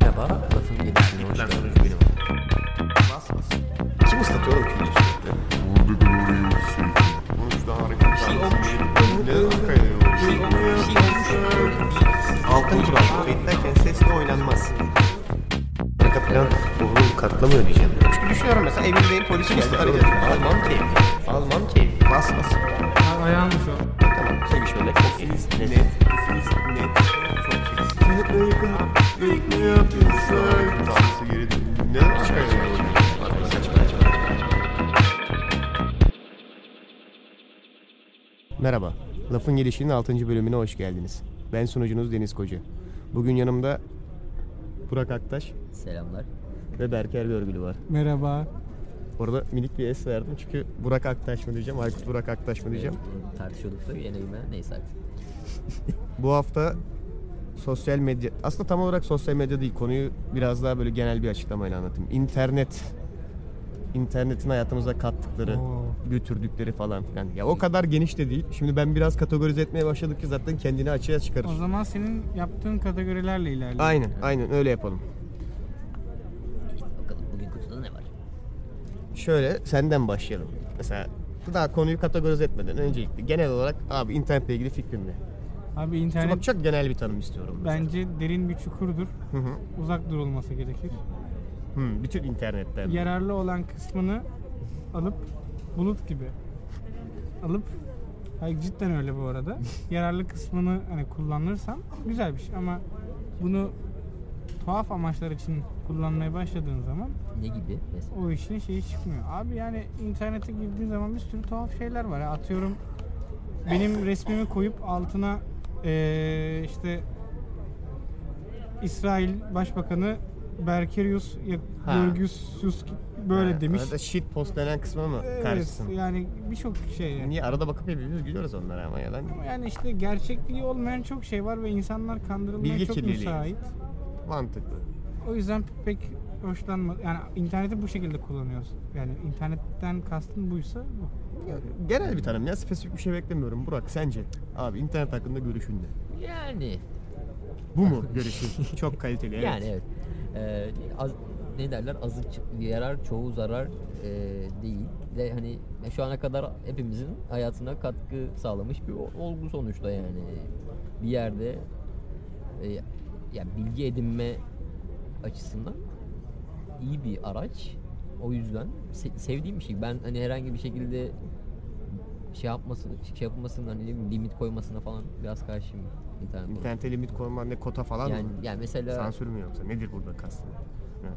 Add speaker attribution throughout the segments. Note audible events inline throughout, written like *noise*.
Speaker 1: Merhaba, lafın gelişine hoş
Speaker 2: Ben
Speaker 1: geldiniz.
Speaker 2: sonucu benim.
Speaker 3: Kim ıslatıyor oğlum kimdir sürekli?
Speaker 4: Burada doğruyu söyleyeyim. O yüzden hareket
Speaker 1: şey
Speaker 3: Neden arkaya yayılıyor?
Speaker 1: şey
Speaker 2: Altın kural. Kayıttayken sesle oynanmaz.
Speaker 3: Arka plan ruhumu katlamıyor diyeceğim.
Speaker 2: Çünkü düşünüyorum mesela evimdeyim polis geldi
Speaker 3: istiyor?
Speaker 2: arayacak. Almam keyfi. Almam keyfi. Basmasın. Ayağım şu. Tamam sevişmeler çok iyi. Net.
Speaker 3: Tanrısı geri dön- Neden arkaya yayılıyor? Merhaba. Lafın Gelişi'nin 6. bölümüne hoş geldiniz. Ben sunucunuz Deniz Koca. Bugün yanımda Burak Aktaş
Speaker 1: Selamlar.
Speaker 3: ve Berker Görgülü var.
Speaker 5: Merhaba.
Speaker 3: Orada minik bir es verdim çünkü Burak Aktaş mı diyeceğim, Aykut Burak Aktaş mı diyeceğim.
Speaker 1: Tartışıyorduk da yine yine neyse artık.
Speaker 3: Bu hafta sosyal medya, aslında tam olarak sosyal medya değil, konuyu biraz daha böyle genel bir açıklamayla anlatayım. İnternet, internetin hayatımıza kattıkları,
Speaker 5: Oo.
Speaker 3: götürdükleri falan filan. Ya o kadar geniş de değil. Şimdi ben biraz kategorize etmeye başladık ki zaten kendini açığa çıkarır.
Speaker 5: O zaman senin yaptığın kategorilerle ilerleyelim.
Speaker 3: Aynen, aynen öyle yapalım.
Speaker 1: Bakalım bugün kutuda ne var?
Speaker 3: Şöyle senden başlayalım. Mesela daha konuyu kategorize etmeden öncelikle genel olarak abi internetle ilgili fikrin ne?
Speaker 5: Abi
Speaker 3: Çok
Speaker 5: internet
Speaker 3: çok genel bir tanım istiyorum. mesela.
Speaker 5: bence derin bir çukurdur.
Speaker 3: Hı hı.
Speaker 5: Uzak durulması gerekir.
Speaker 3: Hı, Hmm, bütün internetten.
Speaker 5: Yararlı olan kısmını alıp bulut gibi alıp Hayır cidden öyle
Speaker 3: *laughs*
Speaker 5: bu arada. Yararlı kısmını hani kullanırsan güzel bir şey ama bunu tuhaf amaçlar için kullanmaya başladığın zaman
Speaker 1: Ne gibi? Mesela
Speaker 5: o işin şeyi çıkmıyor. Abi yani internete girdiğin zaman bir sürü tuhaf şeyler var. ya. Atıyorum benim resmimi koyup altına eee, işte İsrail Başbakanı Berkerius ya-
Speaker 3: Ha.
Speaker 5: Görgüsüz böyle
Speaker 3: Ha,
Speaker 5: demiş.
Speaker 3: Arada shit post denen kısma mı
Speaker 5: Evet,
Speaker 3: karşısın?
Speaker 5: yani birçok şey. Yani.
Speaker 3: Niye arada bakıp hepimiz gülüyoruz onlara ama ya lan.
Speaker 5: Ama yani işte gerçekliği olmayan çok şey var ve insanlar kandırılmaya
Speaker 3: Bilgi
Speaker 5: çok
Speaker 3: kirliliği.
Speaker 5: müsait.
Speaker 3: Mantıklı.
Speaker 5: O yüzden pek hoşlanma yani interneti bu şekilde kullanıyoruz. Yani internetten kastın buysa bu.
Speaker 3: Ya, Genel bir tanım ya spesifik bir şey beklemiyorum. Burak sence abi internet hakkında görüşün ne?
Speaker 1: yani
Speaker 3: Bu mu
Speaker 1: *laughs*
Speaker 3: görüşün? Çok kaliteli evet.
Speaker 1: yani evet. Ee, az, ne derler? Azıcık yarar, çoğu zarar ee, değil. Ve hani şu ana kadar hepimizin hayatına katkı sağlamış bir o- olgu sonuçta yani. Bir yerde e, ya bilgi edinme açısından iyi bir araç. O yüzden se- sevdiğim bir şey. Ben hani herhangi bir şekilde şey yapmasın, şey yapılmasın hani ne bileyim, limit koymasına falan biraz karşıyım internet. olarak.
Speaker 3: İnternete limit koyman ne kota falan
Speaker 1: Yani,
Speaker 3: mı?
Speaker 1: yani mesela
Speaker 3: Sansür mü yoksa? Nedir burada kastın? Ha.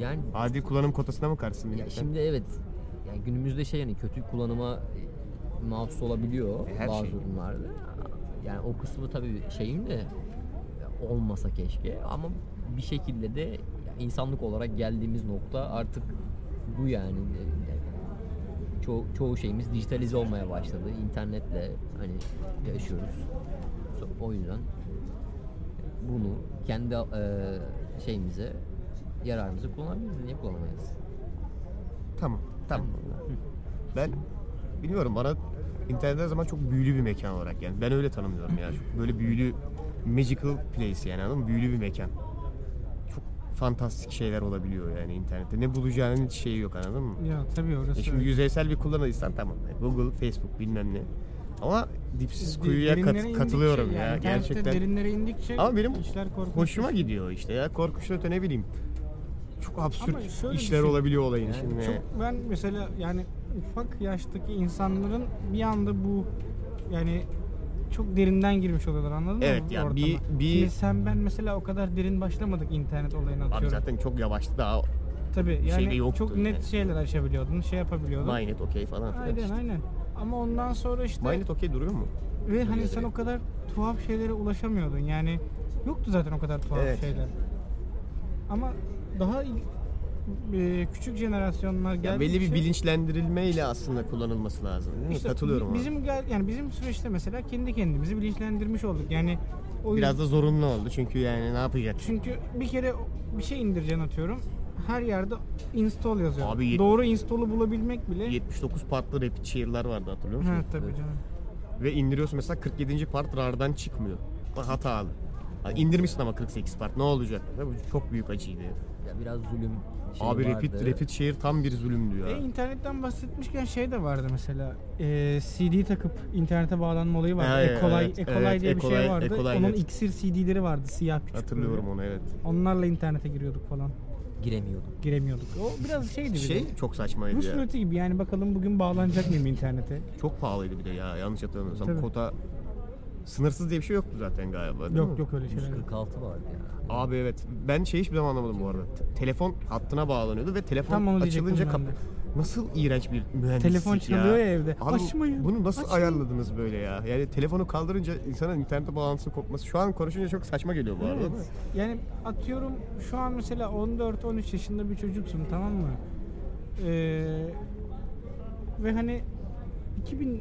Speaker 1: yani
Speaker 3: Adil kullanım kotasına mı karşısın?
Speaker 1: ya
Speaker 3: milletten?
Speaker 1: şimdi evet yani günümüzde şey yani kötü kullanıma e, mahsus olabiliyor
Speaker 3: E, her
Speaker 1: bazı
Speaker 3: şey.
Speaker 1: durumlarda. Yani o kısmı tabii şeyim de ya, olmasa keşke ama bir şekilde de ya, insanlık olarak geldiğimiz nokta artık bu yani. E, yani Ço- çoğu şeyimiz dijitalize olmaya başladı. İnternetle hani yaşıyoruz. So- O yüzden bunu kendi e, şeyimize yararımızı kullanabiliriz. Niye kullanamayız?
Speaker 3: Tamam. Tamam. Ben bilmiyorum bana internet her zaman çok büyülü bir mekan olarak yani ben öyle tanımlıyorum ya. Çok böyle büyülü magical place yani anladın mı? Büyülü bir mekan. Çok fantastik şeyler olabiliyor yani internette. Ne bulacağının hiç şeyi yok anladın mı?
Speaker 5: Ya tabii orası.
Speaker 3: E şimdi
Speaker 5: öyle.
Speaker 3: yüzeysel bir kullanıcıysan tamam. E, Google, Facebook bilmem ne. Ama dipsiz
Speaker 5: De-
Speaker 3: kuyuya kat-
Speaker 5: derinlere indikçe
Speaker 3: katılıyorum ya.
Speaker 5: yani internette
Speaker 3: Gerçekten
Speaker 5: Derinlere indikçe
Speaker 3: Ama benim
Speaker 5: işler korkunç.
Speaker 3: hoşuma gidiyor işte ya. Korkunç öte ne bileyim. Çok absürt
Speaker 5: şöyle
Speaker 3: işler
Speaker 5: düşün.
Speaker 3: olabiliyor olayın
Speaker 1: Yani
Speaker 3: içinde.
Speaker 5: Çok ben mesela yani ufak yaştaki insanların bir anda bu yani çok derinden girmiş oluyorlar anladın mı?
Speaker 3: Evet, yani bir-
Speaker 5: ortama?
Speaker 3: bir-
Speaker 5: Şimdi sen ben mesela o kadar derin başlamadık internet olayına atıyorum.
Speaker 3: Abi zaten çok yavaştı daha
Speaker 5: Tabii
Speaker 3: bir şey de
Speaker 5: yani
Speaker 3: yoktu
Speaker 5: çok net
Speaker 3: yani.
Speaker 5: şeyler açabiliyordun, şey yapabiliyordun.
Speaker 3: Mainnet okey falan filan
Speaker 5: Aynen
Speaker 3: işte.
Speaker 5: aynen. Ama ondan sonra işte
Speaker 3: Mainnet okey duruyor mu?
Speaker 5: ve hani sen o kadar tuhaf şeylere ulaşamıyordun. Yani yoktu zaten o kadar tuhaf
Speaker 3: Evet.
Speaker 5: şeyler. Ama daha il- e, küçük jenerasyonlar
Speaker 3: Ya
Speaker 5: geldikçe
Speaker 3: belli bir bilinçlendirilme ile aslında kullanılması lazım. Değil mi?
Speaker 5: şey- İşte
Speaker 3: Katılıyorum.
Speaker 5: bi-
Speaker 3: ona.
Speaker 5: Bizim gel- yani bizim süreçte mesela kendi kendimizi bilinçlendirmiş olduk. Yani o
Speaker 3: biraz
Speaker 5: yüzden-
Speaker 3: da zorunlu oldu çünkü yani ne yapacak?
Speaker 5: çünkü bir kere bir şey indireceksin atıyorum. Her yerde install yazıyor.
Speaker 3: Abi yet-
Speaker 5: Doğru install'u bulabilmek bile
Speaker 3: 79 partlı rapid cheer'lar vardı hatırlıyor musun?
Speaker 5: Ha tabii canım.
Speaker 3: Ve indiriyorsun mesela 47. part RAR'dan çıkmıyor. Hatalı. Ha, indirmişsin ama 48 part ne olacak? Ya Bu çok büyük acıydı.
Speaker 5: Şey
Speaker 1: Ya biraz zulüm şey
Speaker 3: Abi
Speaker 1: vardı.
Speaker 3: Rapid, Rapid şehir tam bir zulümdü ya.
Speaker 5: E, internetten bahsetmişken şey de vardı mesela. E, CD takıp internete bağlanma olayı vardı.
Speaker 3: Ha,
Speaker 5: Ekolay,
Speaker 3: evet,
Speaker 5: Ekolay
Speaker 3: evet,
Speaker 5: diye bir
Speaker 3: Ekolay,
Speaker 5: şey vardı.
Speaker 3: Ekolay,
Speaker 5: Onun
Speaker 3: evet.
Speaker 5: iksir CD'leri vardı siyah küçük.
Speaker 3: Hatırlıyorum
Speaker 5: böyle.
Speaker 3: onu evet.
Speaker 5: Onlarla internete giriyorduk falan.
Speaker 1: giremiyordum.
Speaker 5: Giremiyorduk. O biraz şeydi bir de.
Speaker 3: Şey çok
Speaker 5: Rus
Speaker 3: saçmaydı ya.
Speaker 5: ruleti gibi yani bakalım bugün bağlanacak mıyım internete?
Speaker 3: Çok pahalıydı bir de ya yanlış hatırlamıyorsam.
Speaker 5: Tabii.
Speaker 3: Kota sınırsız diye bir şey yoktu zaten galiba. değil mi?
Speaker 5: Yok yok
Speaker 1: Şey
Speaker 5: öyle şeyler. yok.
Speaker 1: 146 vardı ya.
Speaker 3: Abi evet. Ben şey hiçbir zaman anlamadım bu arada. Te- telefon hattına bağlanıyordu ve telefon
Speaker 5: Tam onu diyecektim
Speaker 3: açılınca
Speaker 5: ben de.
Speaker 3: kap- Nasıl iğrenç bir mühendislik
Speaker 5: Telefon çalıyor ya
Speaker 3: ya
Speaker 5: evde.
Speaker 3: Abi bu-
Speaker 5: Açmayın,
Speaker 3: Bunu nasıl
Speaker 5: açmayın.
Speaker 3: ayarladınız böyle ya? Yani telefonu kaldırınca insanın internete bağlantısı kopması. Şu an konuşunca çok saçma geliyor bu arada. ama.
Speaker 5: Evet. Yani atıyorum şu an mesela 14-13 yaşında bir çocuksun tamam mı? Ee, ve hani 2000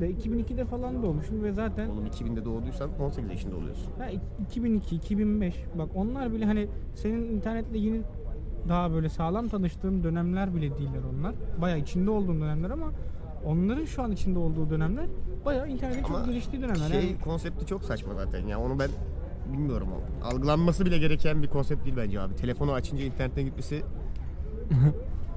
Speaker 5: de 2002'de falan doğmuşsun ve zaten
Speaker 3: Oğlum 2000'de doğduysan 18 yaşında oluyorsun.
Speaker 5: ha, 2002 2005 bak onlar bile hani senin internetle yeni daha böyle sağlam tanıştığın dönemler bile değiller onlar. Bayağı içinde olduğun dönemler ama onların şu an içinde olduğu dönemler bayağı internetin çok
Speaker 3: Ama
Speaker 5: geliştiği dönemler. Yani
Speaker 3: Şey konsepti çok saçma zaten. Ya onu ben bilmiyorum. o. Algılanması bile gereken bir konsept değil bence abi. Telefonu açınca internetten
Speaker 5: *laughs*
Speaker 3: gitmesi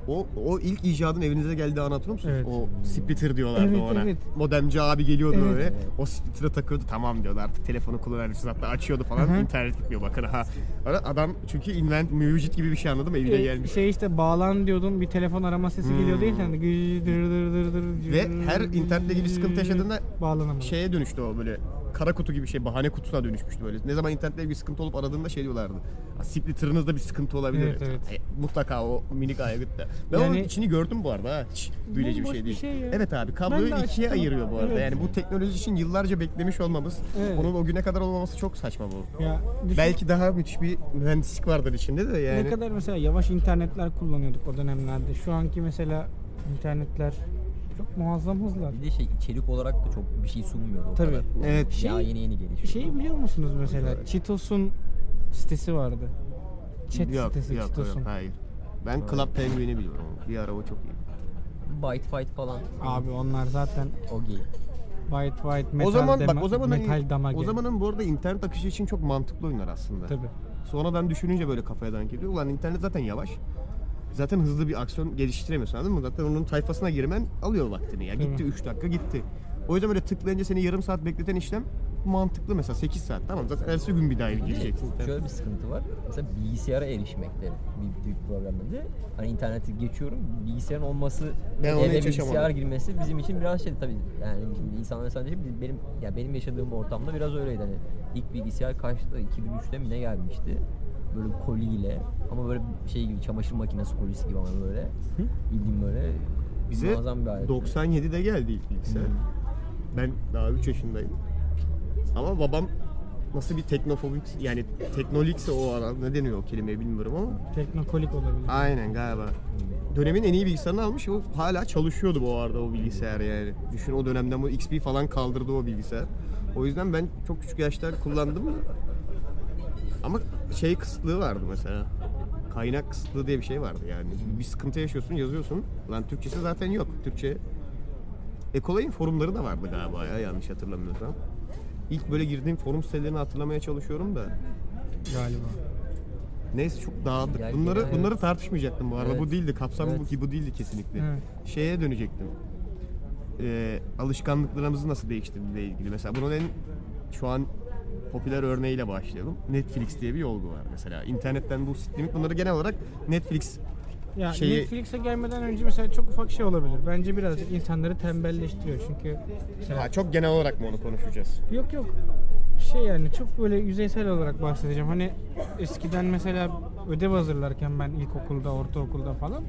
Speaker 3: O, o ilk icadın evinize geldiği anı hatırlıyor musunuz?
Speaker 5: Evet.
Speaker 3: O splitter diyorlardı
Speaker 5: Evet,
Speaker 3: ona.
Speaker 5: evet.
Speaker 3: Modemci abi geliyordu
Speaker 5: Evet.
Speaker 3: öyle. O splitter'ı takıyordu. Tamam diyordu artık telefonu kullanabilirsiniz. Hatta açıyordu falan.
Speaker 5: Hı hı.
Speaker 3: İnternet gitmiyor bakın ha. Ara- Adam çünkü invent mevcut gibi bir şey anladım evine
Speaker 5: Ee,
Speaker 3: gelmiş. Hmm.
Speaker 5: Şey işte bağlan diyordun bir telefon arama sesi geliyor değil yani gıcı dır dır dır dır
Speaker 3: Ve
Speaker 5: cır
Speaker 3: her internetle ilgili sıkıntı yaşadığında şey
Speaker 5: bağlanamadım.
Speaker 3: şeye dönüştü o böyle kara kutu gibi şey bahane kutusuna dönüşmüştü böyle. Ne zaman internetle bir sıkıntı olup aradığında şey diyorlardı. "Ha, Splitter'ınızda bir sıkıntı olabilir.
Speaker 5: Evet, evet.
Speaker 3: E, mutlaka o minik aygıtta. Ben
Speaker 5: Yani-
Speaker 3: onun içini gördüm bu arada ha. Hiç büyüleyici bir
Speaker 5: Bomboş
Speaker 3: şey
Speaker 5: bir
Speaker 3: değil.
Speaker 5: şey ya.
Speaker 3: evet abi
Speaker 5: Ben de
Speaker 3: kabloyu ikiye
Speaker 5: açtım.
Speaker 3: ayırıyor bu arada.
Speaker 5: Evet.
Speaker 3: Yani bu teknoloji için yıllarca beklemiş olmamız,
Speaker 5: Evet.
Speaker 3: onun o güne kadar olmaması çok saçma bu.
Speaker 5: ya, düşün,
Speaker 3: Belki daha müthiş bir mühendislik vardır içinde de yani.
Speaker 5: ne kadar mesela yavaş internetler kullanıyorduk o dönemlerde. Şu anki mesela internetler çok muazzam hızlar.
Speaker 1: Bir de şey içerik olarak da çok bir şey sunmuyordu o
Speaker 5: Tabii.
Speaker 1: kadar.
Speaker 3: Evet.
Speaker 1: Şey, ya yeni yeni gelişiyor.
Speaker 5: Şeyi biliyor musunuz mesela? Cheetos'un sitesi vardı. Chat
Speaker 3: yok,
Speaker 5: sitesi
Speaker 3: yok, yok,
Speaker 5: Cheetos'un.
Speaker 3: hayır. Ben Club Penguin'i biliyorum. Bir ara o çok iyi.
Speaker 1: Byte fight falan.
Speaker 5: Abi onlar zaten
Speaker 1: O gay.
Speaker 5: white white metal
Speaker 3: o zaman
Speaker 5: dema-
Speaker 3: bak o zamanın
Speaker 5: metal damage.
Speaker 3: o zamanın bu arada internet akışı için çok mantıklı oyunlar aslında.
Speaker 5: Tabii.
Speaker 3: Sonradan düşününce böyle kafaya dank ediyor. Ulan internet zaten yavaş. Zaten hızlı bir aksiyon geliştiremiyorsun anladın mı? Zaten onun tayfasına girmen alıyor vaktini ya. Gitti 3 dakika gitti. O yüzden böyle tıklayınca seni yarım saat bekleten işlem mantıklı mesela 8 saat tamam zaten ertesi gün bir daha gireceksin.
Speaker 1: Şöyle bir sıkıntı var. Mesela bilgisayara erişmekte bir büyük problem bence. Hani interneti geçiyorum. Bilgisayarın olması
Speaker 3: Ben onu
Speaker 1: eve
Speaker 3: hiç
Speaker 1: bilgisayar
Speaker 3: yaşamadım.
Speaker 1: girmesi bizim için biraz şey tabii. Yani şimdi insanlar sadece biz- benim ya benim yaşadığım ortamda biraz öyleydi. Hani ilk bilgisayar kaçtı? 2003'te mi ne gelmişti? Böyle koliyle ama böyle şey gibi çamaşır makinesi kolisi gibi ama böyle. Bildiğim böyle
Speaker 3: Bize
Speaker 1: muazzam bir alet.
Speaker 3: 97'de geldi ilk bilgisayar. Ben daha 3 yaşındayım. Ama babam nasıl bir teknofobik yani teknolikse o ara ne deniyor o kelimeye bilmiyorum ama
Speaker 5: Teknokolik olabilir.
Speaker 3: Aynen galiba. Dönemin en iyi bilgisayarını almış. O hala çalışıyordu bu arada o bilgisayar yani. Düşün o dönemden bu XP falan kaldırdı o bilgisayar. O yüzden ben çok küçük yaşta kullandım. da. Ama şey kısıtlığı vardı mesela. Kaynak kısıtlığı diye bir şey vardı yani. Bir sıkıntı yaşıyorsun, yazıyorsun. Lan Türkçesi zaten yok. Türkçe Ekolay'ın forumları da vardı galiba ya yanlış hatırlamıyorsam. İlk böyle girdiğim forum sitelerini hatırlamaya çalışıyorum da.
Speaker 5: galiba.
Speaker 3: Neyse çok dağıldık.
Speaker 1: Gerçi
Speaker 3: Bunları
Speaker 1: evet.
Speaker 3: bunları tartışmayacaktım bu arada.
Speaker 1: Evet.
Speaker 3: Bu değildi. Kapsam bu
Speaker 1: Evet.
Speaker 3: ki bu değildi kesinlikle.
Speaker 5: Evet.
Speaker 3: Şeye dönecektim. Ee, alışkanlıklarımızı nasıl değiştirdiğiyle ilgili. Mesela bunun en şu an popüler örneğiyle başlayalım. Netflix diye bir yolgu var mesela. İnternetten bu streaming bunları genel olarak Netflix
Speaker 5: Ya
Speaker 3: şeyi-
Speaker 5: Netflix'e gelmeden önce mesela çok ufak şey olabilir. Bence birazcık insanları tembelleştiriyor çünkü mesela
Speaker 3: ha, çok genel olarak mı onu konuşacağız?
Speaker 5: yok yok şey yani çok böyle yüzeysel olarak bahsedeceğim. Hani eskiden mesela ödev hazırlarken ben ilkokulda, ortaokulda falan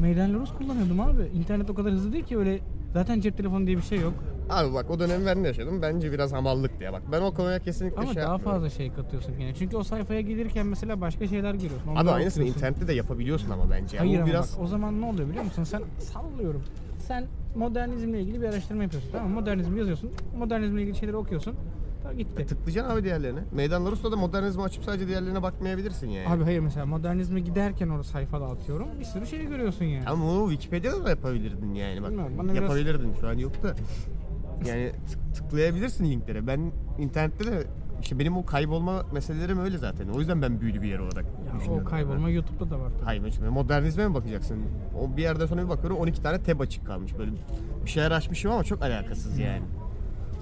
Speaker 5: meydan Rus kullanıyordum abi. İnternet o kadar hızlı değil ki öyle zaten cep telefonu diye bir şey yok.
Speaker 3: Abi bak o dönem ben de yaşadım. Bence biraz hamallık diye bak. Ben o konuya kesinlikle
Speaker 5: Ama
Speaker 3: şey
Speaker 5: daha
Speaker 3: yapmıyorum.
Speaker 5: fazla şey katıyorsun yine. Çünkü o sayfaya gelirken mesela başka şeyler görüyorsun.
Speaker 3: Abi
Speaker 5: onları
Speaker 3: aynısını
Speaker 5: okuyorsun.
Speaker 3: internette de yapabiliyorsun ama bence. Yani
Speaker 5: Hayır
Speaker 3: bu
Speaker 5: ama
Speaker 3: biraz
Speaker 5: bak o zaman ne oluyor biliyor musun? Sen sallıyorum. Sen modernizmle ilgili bir araştırma yapıyorsun tamam mı? Modernizm yazıyorsun. Modernizmle ilgili şeyleri okuyorsun. Tamam gitti.
Speaker 3: tıklayacaksın abi diğerlerine. Meydan Rus'ta da modernizmi açıp sadece diğerlerine bakmayabilirsin yani.
Speaker 5: Abi hayır mesela modernizme giderken orada sayfada atıyorum. Bir sürü şey görüyorsun yani.
Speaker 3: Ama onu Wikipedia'da da yapabilirdin yani bak.
Speaker 5: Bilmiyorum, bana biraz-
Speaker 3: yapabilirdin şu an yok da. Yani tık- tıklayabilirsin linklere. Ben internette de İşte benim o kaybolma meselelerim öyle zaten. O yüzden ben büyülü bir yer olarak
Speaker 5: Ya, o
Speaker 3: düşünüyorum.
Speaker 5: kaybolma YouTube'da da var. tabii.
Speaker 3: Hayır şimdi modernizme mi bakacaksın? O bir yerden sonra bir bakıyorum 12 tane tab açık kalmış. Böyle bir şeyler açmışım ama çok alakasız yani.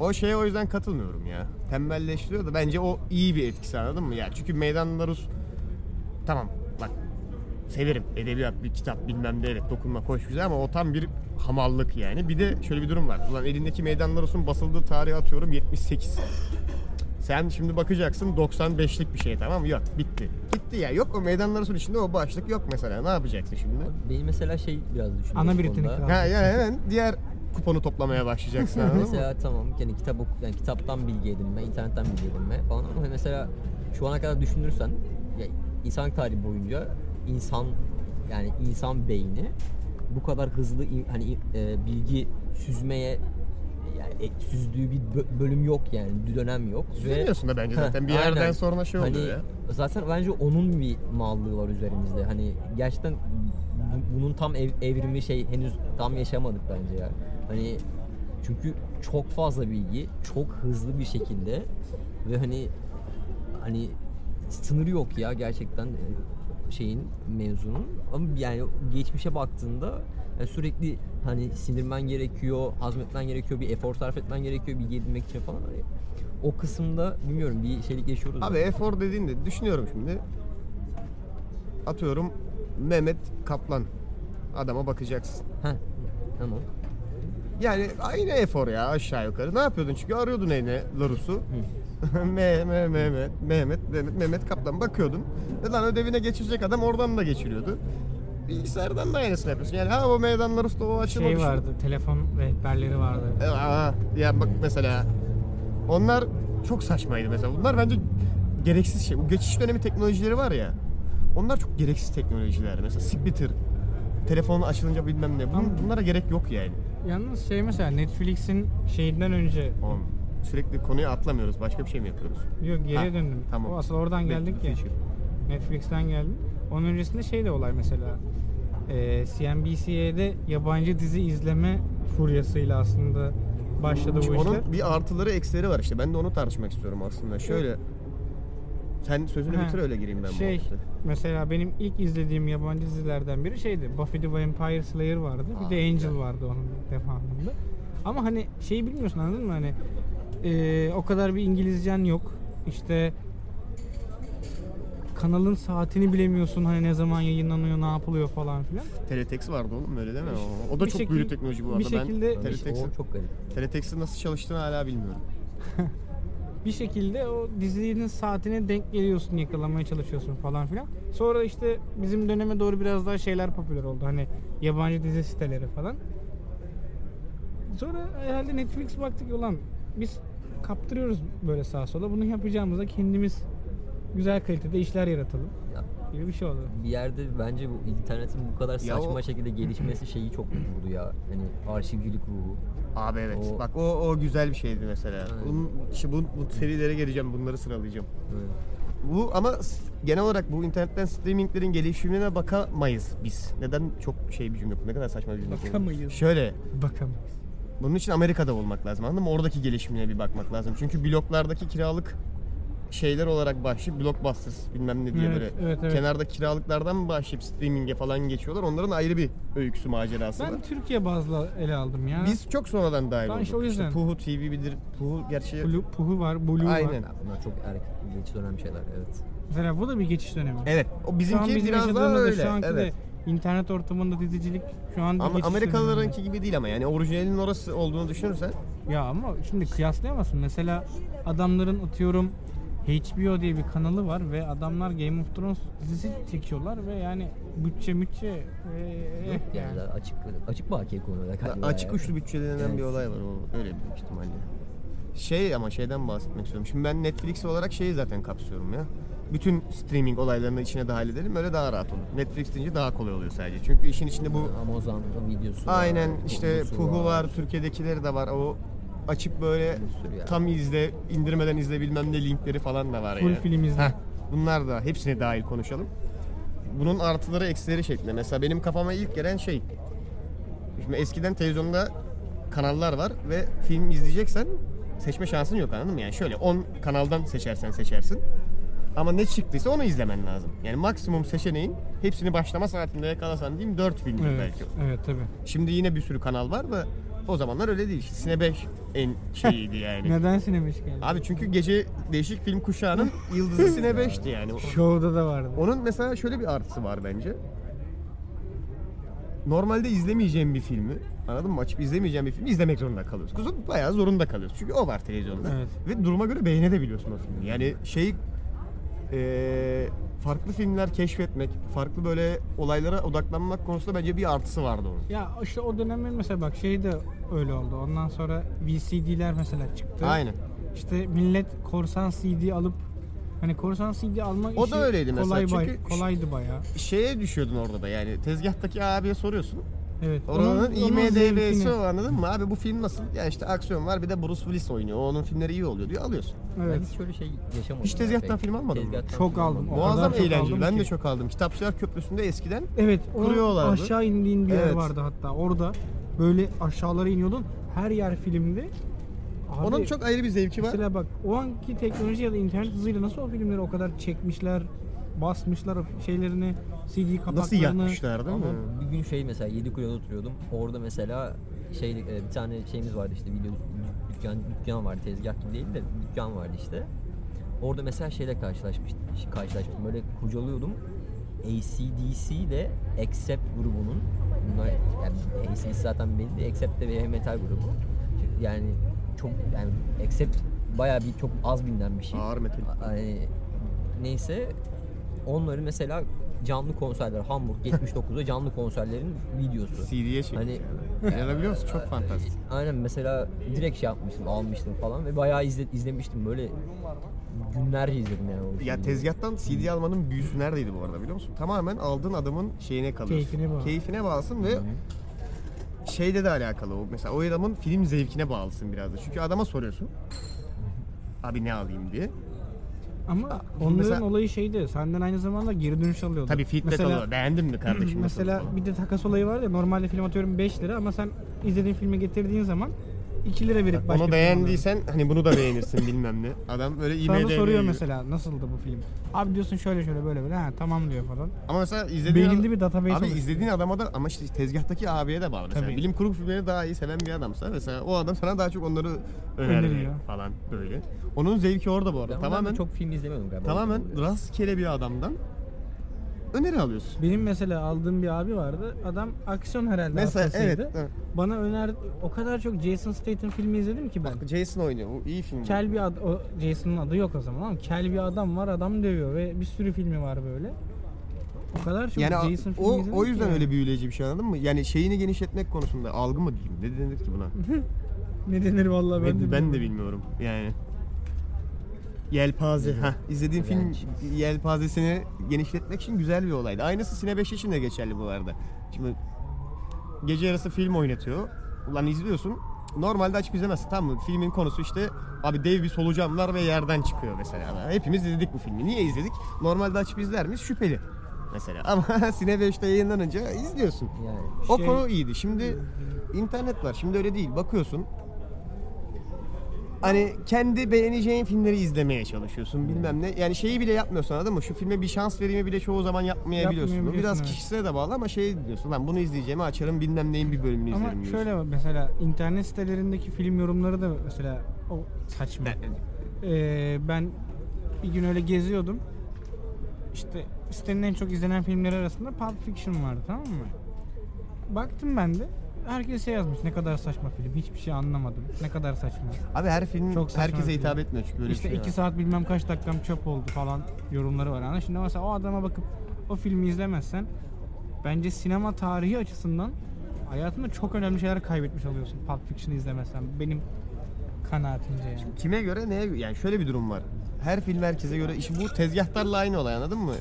Speaker 3: O şeye o yüzden katılmıyorum ya. Tembelleştiriyor da bence o iyi bir etkisi anladın mı? Ya çünkü meydanlar Rus tamam bak severim edebiyat bir kitap bilmem ne evet dokunma koş güzel ama o tam bir hamallık yani. Bir de şöyle bir durum var. Ulan elindeki meydanlar Rus'un basıldığı tarihe atıyorum 78. Sen şimdi bakacaksın 95'lik bir şey tamam mı? Yok bitti. Gitti ya yok o meydanlar Rus'un içinde o başlık yok mesela ne yapacaksın şimdi?
Speaker 1: Benim mesela şey biraz düşünüyorum.
Speaker 5: Ana
Speaker 1: bu
Speaker 5: bir yetenek
Speaker 1: konuda.
Speaker 5: lazım.
Speaker 3: Ha ya hemen diğer kuponu toplamaya başlayacaksın anladın mı?
Speaker 1: *laughs* mesela tamam yani kitap oku, yani kitaptan bilgi edinme, internetten bilgi edinme falan ama mesela şu ana kadar düşünürsen ya insan tarihi boyunca insan yani insan beyni bu kadar hızlı in- hani e, bilgi süzmeye yani e, süzdüğü bir bö- bölüm yok yani bir dönem yok. ve-
Speaker 3: Süzülüyorsun da bence
Speaker 1: Heh,
Speaker 3: zaten. Bir yerden
Speaker 1: aynen.
Speaker 3: sonra şey oluyor
Speaker 1: Hani
Speaker 3: ya.
Speaker 1: Zaten bence onun bir mallığı var üzerimizde. Hani gerçekten bu- bunun tam ev, evrimi şey henüz tam yaşamadık bence ya. Hani çünkü çok fazla bilgi, çok hızlı bir şekilde ve hani hani sınırı yok ya gerçekten e, şeyin mevzunun. Ama yani geçmişe baktığında yani sürekli hani sindirmen gerekiyor, hazmetmen gerekiyor, bir efor sarf etmen gerekiyor bilgi edinmek için falan. Hani o kısımda bilmiyorum bir şeylik yaşıyoruz.
Speaker 3: Abi efor dediğinde düşünüyorum şimdi. Atıyorum Mehmet Kaplan. Adama bakacaksın.
Speaker 1: Heh, tamam.
Speaker 3: Yani aynı efor ya aşağı yukarı. Ne yapıyordun çünkü arıyordun eline Larus'u. *laughs* Mehmet, Mehmet, Mehmet, Mehmet, Mehmet Kaplan bakıyordun. E Lan ödevine geçirecek adam oradan da geçiriyordu. Bilgisayardan da aynısını yapıyorsun. Yani ha o meydan Larus'ta o açılma
Speaker 5: Şey
Speaker 3: düşün-
Speaker 5: vardı, telefon rehberleri vardı.
Speaker 3: E, Aa, ya bak mesela onlar çok saçmaydı mesela. Bunlar bence gereksiz şey. Bu geçiş dönemi teknolojileri var ya. Onlar çok gereksiz teknolojiler. Mesela splitter, telefonu açılınca bilmem ne. Bun- bunlara gerek yok yani.
Speaker 5: Yalnız şey mesela Netflix'in şeyinden önce
Speaker 3: Oğlum, sürekli konuyu atlamıyoruz. Başka bir şey mi yapıyoruz?
Speaker 5: yok geriye
Speaker 3: Ha,
Speaker 5: döndüm.
Speaker 3: tamam.
Speaker 5: O asıl oradan
Speaker 3: Back to
Speaker 5: geldik
Speaker 3: the
Speaker 5: ya.
Speaker 3: future.
Speaker 5: Netflix'ten geldim. Onun öncesinde şey de olay mesela. Ee, CNBC'de yabancı dizi izleme furyasıyla aslında başladı bu
Speaker 3: Şimdi
Speaker 5: işler.
Speaker 3: onun bir artıları eksileri var işte. Ben de onu tartışmak istiyorum aslında. Şöyle sen sözünü
Speaker 5: Ha,
Speaker 3: bitir öyle gireyim ben bu
Speaker 5: şey,
Speaker 3: muhabbete.
Speaker 5: Mesela benim ilk izlediğim yabancı dizilerden biri şeydi. Buffy the Vampire Slayer vardı. Bir de Angel vardı onun devamında. Ama hani şeyi bilmiyorsun anladın mı? Hani eee, o kadar bir İngilizcen yok. İşte kanalın saatini bilemiyorsun. Hani ne zaman yayınlanıyor, ne yapılıyor falan filan.
Speaker 3: Teletext vardı oğlum öyle deme. O- O da
Speaker 5: Şey-
Speaker 3: çok
Speaker 5: Bir şekil-
Speaker 3: büyülü teknoloji bu
Speaker 5: bir
Speaker 3: arada.
Speaker 5: şekilde-
Speaker 3: ben
Speaker 5: O
Speaker 3: Teletext'in,
Speaker 1: şey, O çok garip.
Speaker 3: Teletext'in nasıl çalıştığını hala bilmiyorum.
Speaker 5: bir şekilde o dizinin saatine denk geliyorsun yakalamaya çalışıyorsun falan filan. Sonra işte bizim döneme doğru biraz daha şeyler popüler oldu. Hani yabancı dizi siteleri falan. Sonra herhalde Netflix baktık ulan biz kaptırıyoruz böyle sağa sola. Bunu yapacağımıza kendimiz güzel kalitede işler yaratalım
Speaker 1: Ya,
Speaker 5: gibi bir şey oldu.
Speaker 1: bir yerde bence bu internetin bu kadar
Speaker 3: Ya o-
Speaker 1: saçma şekilde gelişmesi şeyi çok vurdu ya. Hani arşivcilik ruhu.
Speaker 3: Abi evet.
Speaker 1: O-
Speaker 3: Bak o o güzel bir şeydi mesela.
Speaker 1: Aynen.
Speaker 3: Bunun, şimdi bu, bu serilere geleceğim. Bunları sıralayacağım.
Speaker 1: Evet.
Speaker 3: Bu ama s- genel olarak bu internetten streaminglerin gelişimine bakamayız biz. Neden çok şey bir cümle bu, Ne kadar saçma bir cümle. bu.
Speaker 5: Bakamayız.
Speaker 3: Şöyle
Speaker 5: Bakamayız.
Speaker 3: bunun için Amerika'da olmak lazım anladın mı? Oradaki gelişimine bir bakmak lazım. Çünkü bloklardaki kiralık şeyler olarak başlayıp blockbusters bilmem ne diye
Speaker 5: Evet,
Speaker 3: böyle
Speaker 5: evet, evet.
Speaker 3: kenarda kiralıklardan mı başlayıp streaminge falan geçiyorlar. Onların ayrı bir öyküsü macerası var.
Speaker 5: Ben Türkiye bazlı ele aldım ya.
Speaker 3: Biz çok sonradan dahil
Speaker 5: Ben
Speaker 3: olduk.
Speaker 5: işte o
Speaker 3: İşte
Speaker 5: yüzden.
Speaker 3: Puhu TV bilir. Puhu gerçi
Speaker 5: Blue- Puhu var, Blue
Speaker 3: Aynen.
Speaker 5: var.
Speaker 1: Bunlar çok erkek geç dönem şeyler evet.
Speaker 5: Mesela bu da bir geçiş dönemi.
Speaker 3: Evet. O
Speaker 5: Şu an
Speaker 3: bizimki
Speaker 5: bizim
Speaker 3: biraz daha
Speaker 5: yaşadığımız da,
Speaker 3: öyle.
Speaker 5: Şu anki
Speaker 3: evet.
Speaker 5: de internet ortamında dizicilik şu an bir
Speaker 3: Ama
Speaker 5: geçiş
Speaker 3: Amerikalılarınki gibi değil ama yani orijinalinin orası olduğunu düşünürsen
Speaker 5: dönemi. Ya ama şimdi kıyaslayamazsın. Mesela adamların atıyorum HBO diye bir kanalı var ve adamlar Game of Thrones dizisi çekiyorlar ve yani bütçe bütçe ve eh
Speaker 1: Yok yani daha açık açık bakiye konuda galiba
Speaker 3: açık
Speaker 1: ya.
Speaker 3: uçlu bütçe denen
Speaker 1: Ee, Evet.
Speaker 3: bir olay var o öyle büyük ihtimalle. Şey ama şeyden bahsetmek istiyorum. Şimdi ben Netflix olarak şeyi zaten kapsıyorum ya. Bütün streaming olaylarını içine dahil edelim öyle daha rahat olur. Netflix deyince daha kolay oluyor sadece. Çünkü işin içinde bu
Speaker 1: Amazon'da Ee, videosu var,
Speaker 3: aynen işte
Speaker 1: kurgusu
Speaker 3: Puhu var, Türkiye'dekileri de var. O açıp böyle
Speaker 1: Bir sürü yani.
Speaker 3: tam izle, indirmeden izle bilmem ne linkleri falan da var
Speaker 5: full
Speaker 3: yani.
Speaker 5: film izle.
Speaker 3: Heh, bunlar da hepsine dahil konuşalım. Bunun artıları eksileri şeklinde. Mesela benim kafama ilk gelen şey. Şimdi eskiden televizyonda kanallar var ve film izleyeceksen seçme şansın yok anladın mı? Yani şöyle 10 kanaldan seçersen seçersin. Ama ne çıktıysa onu izlemen lazım. Yani maksimum seçeneğin hepsini başlama saatinde yakalasan diyeyim 4 filmdir
Speaker 5: Evet,
Speaker 3: belki.
Speaker 5: evet tabii.
Speaker 3: Şimdi yine bir sürü kanal var da o zamanlar öyle değil. İşte Sine 5 en şeyiydi yani.
Speaker 5: Neden sinemiş geldi?
Speaker 3: Abi çünkü gece değişik film kuşağının yıldızı Sine 5'ti yani.
Speaker 5: Show'da da vardı.
Speaker 3: Onun mesela şöyle bir artısı var bence. Normalde izlemeyeceğim bir filmi, anladın mı? Açıp izlemeyeceğim bir filmi izlemek zorunda kalıyoruz. Kuzum bayağı zorunda kalıyoruz. Çünkü o var televizyonda.
Speaker 5: Evet.
Speaker 3: Ve duruma göre beğenebiliyorsun o filmi. Yani şey... eee, farklı filmler keşfetmek, farklı böyle olaylara odaklanmak konusunda bence bir artısı vardı onun.
Speaker 5: Ya işte o dönemin mesela bak şey de öyle oldu. Ondan sonra VCD'ler mesela çıktı.
Speaker 3: Aynen.
Speaker 5: İşte millet korsan CD alıp hani korsan CD almak
Speaker 3: O
Speaker 5: işi
Speaker 3: da öyleydi mesela.
Speaker 5: kolay bay-
Speaker 3: Çünkü-
Speaker 5: kolaydı bayağı.
Speaker 3: Şeye düşüyordun orada da yani tezgahtaki abiye soruyorsun.
Speaker 5: Evet.
Speaker 3: Oranın
Speaker 5: Onun- onun
Speaker 3: IMDB'si
Speaker 5: zevkini-
Speaker 3: o anladın mı? Abi bu film nasıl? Ya işte aksiyon var bir de Bruce Willis oynuyor. Onun filmleri iyi oluyor diyor alıyorsun.
Speaker 1: Ben
Speaker 5: Evet.
Speaker 1: hiç şöyle şey yaşamadım.
Speaker 3: Hiç tezgahtan film almadın mı?
Speaker 5: Çok aldım. O
Speaker 3: Muazzam
Speaker 5: kadar çok
Speaker 3: eğlenceli.
Speaker 5: aldım
Speaker 3: Ben de
Speaker 5: ki.
Speaker 3: çok aldım. Kitapçılar Köprüsü'nde eskiden
Speaker 5: Evet. o
Speaker 3: Kuruyorlardı.
Speaker 5: Aşağı indiğin bir yer
Speaker 3: Evet.
Speaker 5: vardı hatta. Orada böyle aşağılara iniyordun. Her yer filmdi. Abi,
Speaker 3: onun çok ayrı bir zevki var.
Speaker 5: Mesela bak o anki teknoloji ya da internet hızıyla nasıl o filmleri o kadar çekmişler, basmışlar o şeylerini, CD kapaklarını.
Speaker 3: Nasıl yapmışlar değil mi?
Speaker 1: Ama bir gün şey mesela yedi kuyuda oturuyordum. Orada mesela şey e, bir tane şeyimiz vardı işte video dük- dükkan dükkan vardı tezgah gibi değil de dükkan vardı işte. Orada mesela şeyle karşılaşmış karşılaştım. Böyle kurcalıyordum. ACDC ile Accept grubunun bunlar yani ACDC zaten belli de Accept de bir metal grubu. Yani çok yani Accept bayağı bir çok az bilinen bir şey.
Speaker 3: Ağır metal.
Speaker 1: Ay, neyse onların mesela canlı konserler Hamburg
Speaker 3: *laughs*
Speaker 1: 79'da canlı konserlerin videosu.
Speaker 3: CD'ye çekmiş.
Speaker 1: Hani-
Speaker 3: yani. *laughs* İnanabiliyor musun? Çok fantastik.
Speaker 1: Aynen mesela direkt şey yapmıştım, almıştım falan ve bayağı izle, izlemiştim böyle günlerce izledim yani. o
Speaker 3: Ya
Speaker 1: filmi.
Speaker 3: tezgahtan CD almanın büyüsü neredeydi bu arada biliyor musun? Tamamen aldığın adamın şeyine kalıyorsun.
Speaker 5: Keyfine bağlı.
Speaker 3: Keyfine bağlısın ve şeyde de alakalı o. Mesela o adamın film zevkine bağlısın biraz da. Çünkü adama soruyorsun. Abi ne alayım diye.
Speaker 5: Ama onların
Speaker 3: mesela-
Speaker 5: olayı şeydi. Senden aynı zamanda geri dönüş alıyordu.
Speaker 3: Tabii feedback
Speaker 5: mesela,
Speaker 3: alıyor. Beğendin mi
Speaker 5: *clears throat*
Speaker 3: kardeşim? nasıl
Speaker 5: Mesela
Speaker 3: falan.
Speaker 5: bir de takas olayı var ya normalde film atıyorum 5 lira ama sen izlediğin filme getirdiğin zaman 2 lira verip başka
Speaker 3: Onu
Speaker 5: film alıyorsun.
Speaker 3: beğendiysen hani bunu da beğenirsin bilmem ne. Adam böyle IMDb
Speaker 5: Sana da
Speaker 3: 'ye
Speaker 5: soruyor
Speaker 3: giriyor.
Speaker 5: mesela nasıldı bu film. Abi diyorsun şöyle şöyle böyle böyle ha tamam diyor falan.
Speaker 3: Ama mesela izlediğin
Speaker 5: Belirli bir database
Speaker 3: Abi
Speaker 5: oluşturuyor.
Speaker 3: izlediğin adama da ama işte tezgahtaki abiye de bağlı. Mesela
Speaker 5: Tabii.
Speaker 3: bilim kurgu filmleri daha iyi seven bir adamsa mesela o adam sana daha çok onları öneriyor
Speaker 5: Öneriyor.
Speaker 3: falan böyle. Onun zevki orada bu
Speaker 1: Ben
Speaker 3: arada.
Speaker 1: ondan
Speaker 3: tamamen
Speaker 1: da çok film izlemiyordum galiba.
Speaker 3: tamamen rastgele bir adamdan öneri alıyorsun.
Speaker 5: Benim mesela aldığım bir abi vardı. Adam aksiyon herhalde
Speaker 3: Mesela evet.
Speaker 5: hastasıydı.
Speaker 3: evet.
Speaker 5: Bana öner o kadar çok Jason Statham filmi izledim ki ben.
Speaker 3: Jason oynuyor. Bu iyi film.
Speaker 5: Kel bir ad o Jason'ın adı yok o zaman ama kel bir adam var adam dövüyor ve bir sürü filmi var böyle. O kadar çok
Speaker 3: yani
Speaker 5: Jason filmi
Speaker 3: o,
Speaker 5: izledim
Speaker 3: o
Speaker 5: ki
Speaker 3: yüzden
Speaker 5: yani.
Speaker 3: öyle büyüleyici bir şey anladın mı? Yani şeyini genişletmek konusunda algı mı diyeyim? Ne denir ki buna?
Speaker 5: Ne denir vallahi
Speaker 3: Ben,
Speaker 5: ben, de
Speaker 3: ben de bilmiyorum
Speaker 5: bilmiyorum.
Speaker 3: yani. Yelpaze. Ha, izlediğim film
Speaker 1: Direnç.
Speaker 3: yelpazesini genişletmek için güzel bir olaydı. Aynısı Sine 5 için de geçerli bu arada. Şimdi gece yarısı film oynatıyor. Ulan izliyorsun. Normalde açıp izlemezsin tamam mı? Filmin konusu işte abi dev bir solucan var ve yerden çıkıyor mesela. Hepimiz izledik bu filmi. Niye izledik? Normalde açıp izler miyiz? Şüpheli. Mesela *laughs* ama Sine 5'te yayınlanınca izliyorsun.
Speaker 1: Yani.
Speaker 3: O
Speaker 5: Şey-
Speaker 3: konu iyiydi. Şimdi internet var. Şimdi öyle değil. Bakıyorsun. Hani kendi beğeneceğin filmleri izlemeye çalışıyorsun bilmem ne. Yani şeyi bile yapmıyorsun anladın mı? Şu filme bir şans vereyim bile çoğu zaman yapmayabiliyorsun. Bu
Speaker 5: Yapmayabiliyorsun,
Speaker 3: biraz
Speaker 5: evet.
Speaker 3: kişisine de bağlı ama şey diyorsun lan bunu izleyeceğimi açarım bilmem neyin bir bölümünü izlerim
Speaker 5: Ama
Speaker 3: diyorsun.
Speaker 5: şöyle bak, mesela internet sitelerindeki film yorumları da mesela o saçma. Ee, ben bir gün öyle geziyordum. İşte sitenin en çok izlenen filmleri arasında Pulp Fiction vardı tamam mı? Baktım ben de herkes şey yazmış ne kadar saçma film hiçbir şey anlamadım ne kadar saçma.
Speaker 3: Abi her film
Speaker 5: Çok saçma
Speaker 3: herkese
Speaker 5: bir
Speaker 3: hitap
Speaker 5: film.
Speaker 3: etmiyor çünkü öyle
Speaker 5: işte
Speaker 3: bir şey
Speaker 5: iki
Speaker 3: var.
Speaker 5: saat bilmem kaç dakikam çöp oldu falan yorumları var. Yani şimdi mesela o adama bakıp o filmi izlemezsen bence sinema tarihi açısından hayatında çok önemli şeyler kaybetmiş oluyorsun Pulp Fiction'ı izlemezsen. Benim kanaatimce yani.
Speaker 3: Kime göre neye göre? Yani şöyle bir durum var. Her film herkese göre. İşte bu tezgahlarla aynı olay anladın mı?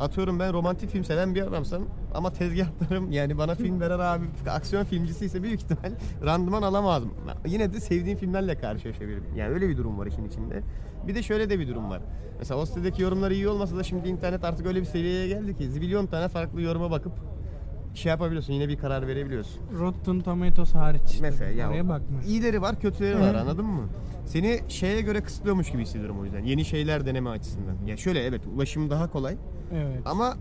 Speaker 3: Atıyorum ben romantik film seven bir adamsam ama tezgahlarım yani bana film veren abi aksiyon filmcisi ise büyük ihtimal randıman alamazdım. Yine de sevdiğim filmlerle karşılaşabilirim. Yani öyle bir durum var işin içinde. Bir de şöyle de bir durum var. Mesela o sitedeki yorumlar iyi olmasa da şimdi internet artık öyle bir seviyeye geldi ki zibilyon tane farklı yoruma bakıp şey yapabiliyorsun yine bir karar verebiliyorsun.
Speaker 5: Rotten Tomatoes hariç.
Speaker 3: Mesela
Speaker 5: tabii.
Speaker 3: ya
Speaker 5: Oraya bakma.
Speaker 3: iyileri var kötüleri var
Speaker 5: Evet.
Speaker 3: anladın mı? Seni şeye göre kısıtlıyormuş gibi hissediyorum o yüzden. Yeni şeyler deneme açısından. Ya şöyle evet ulaşım daha kolay
Speaker 5: Evet.
Speaker 3: ama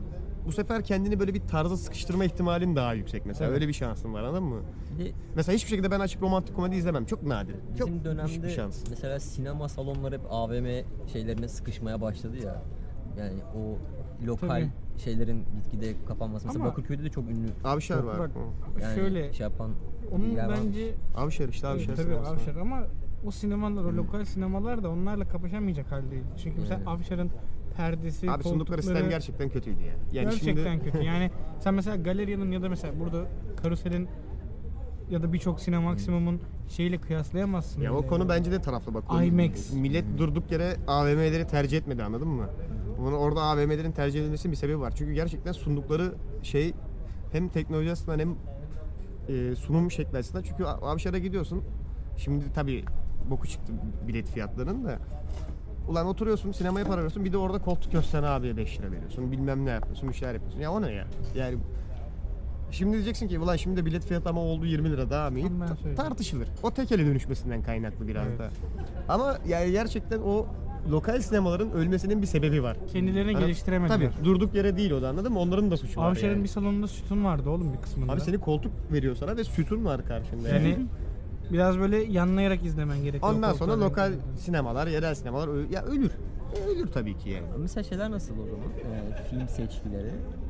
Speaker 3: bu sefer kendini böyle bir tarza sıkıştırma ihtimalin daha yüksek mesela.
Speaker 1: Evet.
Speaker 3: Öyle bir şansın var anladın mı?
Speaker 1: Bir de
Speaker 3: Mesela hiçbir şekilde ben açıp romantik komedi izlemem. Çok nadir.
Speaker 1: Bizim
Speaker 3: Çok düşük bir
Speaker 1: dönemde
Speaker 3: şans.
Speaker 1: mesela sinema salonları hep AVM şeylerine sıkışmaya başladı ya. Yani o lokal
Speaker 5: Tabii.
Speaker 1: şeylerin gitgide kapanması. Mesela
Speaker 5: Ama-
Speaker 1: Bakırköy'de de çok ünlü.
Speaker 3: Avşar var.
Speaker 5: Bak,
Speaker 3: Hı.
Speaker 1: Yani
Speaker 5: şöyle
Speaker 1: şey yapan
Speaker 5: onun
Speaker 1: yer var.
Speaker 5: bence
Speaker 3: Avşar işte avşar.
Speaker 5: tabii
Speaker 3: sineması var.
Speaker 5: Avşar ama o sinemalar, o lokal sinemalar da onlarla kapışamayacak halde. Çünkü mesela
Speaker 1: Yani.
Speaker 5: Avşar'ın perdesi,
Speaker 3: Abi sundukları sistem
Speaker 5: koltukları-
Speaker 3: gerçekten kötüydü yani. Yani
Speaker 5: Gerçekten
Speaker 3: şimdi
Speaker 5: kötü. Yani sen mesela galeriyanın ya da mesela burada karuselin ya da birçok sinema maksimum'un şeyle kıyaslayamazsın.
Speaker 3: ya o
Speaker 5: bile
Speaker 3: konu
Speaker 5: yani.
Speaker 3: bence de taraflı bak. Onu-
Speaker 5: IMAX.
Speaker 3: Millet durduk yere AVM'leri tercih etmedi anladın mı? Bunu orada AVM'lerin tercih edilmesinin bir sebebi var. Çünkü gerçekten sundukları şey hem teknoloji açısından hem e, sunum şekli açısından. Çünkü A- Avşar'a gidiyorsun. Şimdi tabii boku çıktı bilet fiyatlarının da. Ulan oturuyorsun sinemaya para veriyorsun bir de orada koltuk gösteren abiye 5 lira veriyorsun bilmem ne yapıyorsun bir şeyler yapıyorsun ya o ne ya yani şimdi diyeceksin ki ulan şimdi de bilet fiyatı ama oldu 20 lira daha mı iyi
Speaker 5: Ama ben
Speaker 3: Ta-
Speaker 5: söyledim.
Speaker 3: tartışılır o tekele dönüşmesinden kaynaklı biraz
Speaker 5: Evet.
Speaker 3: da ama yani gerçekten o lokal sinemaların ölmesinin bir sebebi var
Speaker 5: Kendilerini
Speaker 3: Hani-
Speaker 5: geliştiremediler.
Speaker 3: Tabii durduk yere değil o da anladın mı onların da suçu var
Speaker 5: Avşar'ın
Speaker 3: yani.
Speaker 5: bir salonunda sütun vardı oğlum bir kısmında.
Speaker 3: Abi seni koltuk veriyor sana ve sütun var karşında yani.
Speaker 5: yani biraz böyle yanlayarak izlemen gerekiyor.
Speaker 3: Ondan sonra
Speaker 5: koltukları.
Speaker 3: lokal sinemalar, yerel sinemalar ö- ya ölür. E, Ölür tabii ki yani.
Speaker 1: Mesela şeyler nasıl o zaman? Ee, film seçkileri.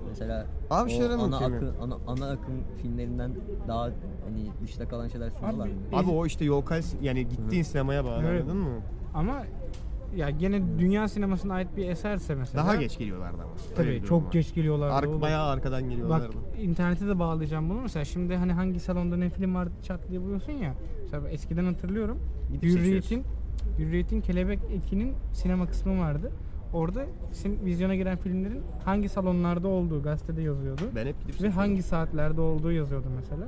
Speaker 1: Mesela o
Speaker 3: Avşar'ın
Speaker 1: ana,
Speaker 3: filmi.
Speaker 1: akım, ana, ana akım filmlerinden daha hani dışta kalan şeyler sunuyorlar mı?
Speaker 3: Abi o işte lokal sin- yani gittiğin sinemaya bağlı
Speaker 5: Evet.
Speaker 3: anladın mı?
Speaker 5: Ama ya gene dünya sinemasına ait bir eserse mesela.
Speaker 3: Daha geç geliyorlardı ama. Öyle bir
Speaker 5: Tabii
Speaker 3: durum
Speaker 5: çok
Speaker 3: var.
Speaker 5: geç geliyorlar.
Speaker 3: Ark-
Speaker 5: oğlum.
Speaker 3: bayağı arkadan
Speaker 5: Bak
Speaker 3: geliyorlardı.
Speaker 5: internete de bağlayacağım bunu mesela şimdi hani hangi salonda ne film var çat diye buluyorsun ya. Mesela ben eskiden hatırlıyorum.
Speaker 3: Gidip
Speaker 5: Hürriyet'in
Speaker 3: seçiyorsun.
Speaker 5: Hürriyet'in Kelebek 2'nin sinema kısmı vardı. Orada sin- vizyona giren filmlerin hangi salonlarda olduğu gazetede yazıyordu.
Speaker 3: Ben hep gidip
Speaker 5: Ve
Speaker 3: seçiyordum.
Speaker 5: hangi saatlerde olduğu yazıyordu mesela.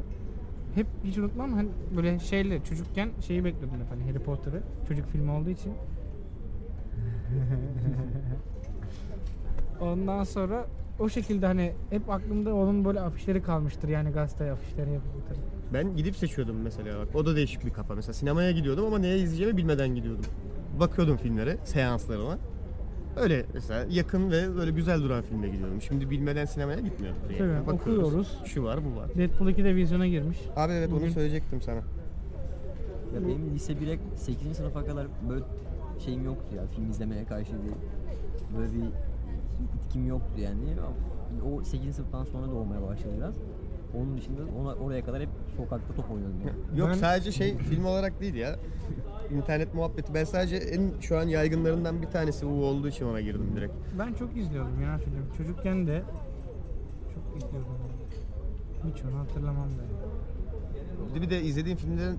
Speaker 5: Hep hiç unutmam hani böyle şeyle çocukken şeyi bekliyordum hep hani Harry Potter'ı. Çocuk filmi olduğu için.
Speaker 3: *laughs*
Speaker 5: Ondan sonra o şekilde hani hep aklımda onun böyle afişleri kalmıştır yani gazete afişleri yapılır.
Speaker 3: Ben gidip seçiyordum mesela bak. O da değişik bir kafa. Mesela sinemaya gidiyordum ama neye izleyeceğimi bilmeden gidiyordum. Bakıyordum filmlere, seanslarına. Öyle mesela yakın ve böyle güzel duran filme gidiyordum. Şimdi bilmeden sinemaya gitmiyorum. Yani
Speaker 5: Tabii,
Speaker 3: bakıyoruz.
Speaker 5: okuyoruz.
Speaker 3: Şu var bu var.
Speaker 5: Deadpool 2 de vizyona girmiş.
Speaker 3: Abi evet onu söyleyecektim sana.
Speaker 1: Ya benim lise 1'e 8. sınıfa kadar böyle şeyim yoktu ya film izlemeye karşı bir böyle bir itkim yoktu yani. Ama O 8. sınıftan sonra da olmaya başladı biraz. Onun dışında ona, oraya kadar hep sokakta top oynuyordum yani.
Speaker 3: Yok
Speaker 5: Ben-
Speaker 3: sadece şey film olarak değil ya. İnternet muhabbeti. Ben sadece en şu an yaygınlarından bir tanesi bu olduğu için ona girdim direkt.
Speaker 5: Ben çok izliyordum ya film. Çocukken de çok izliyordum. Hiç onu hatırlamam ben.
Speaker 3: Bir de izlediğim filmlerin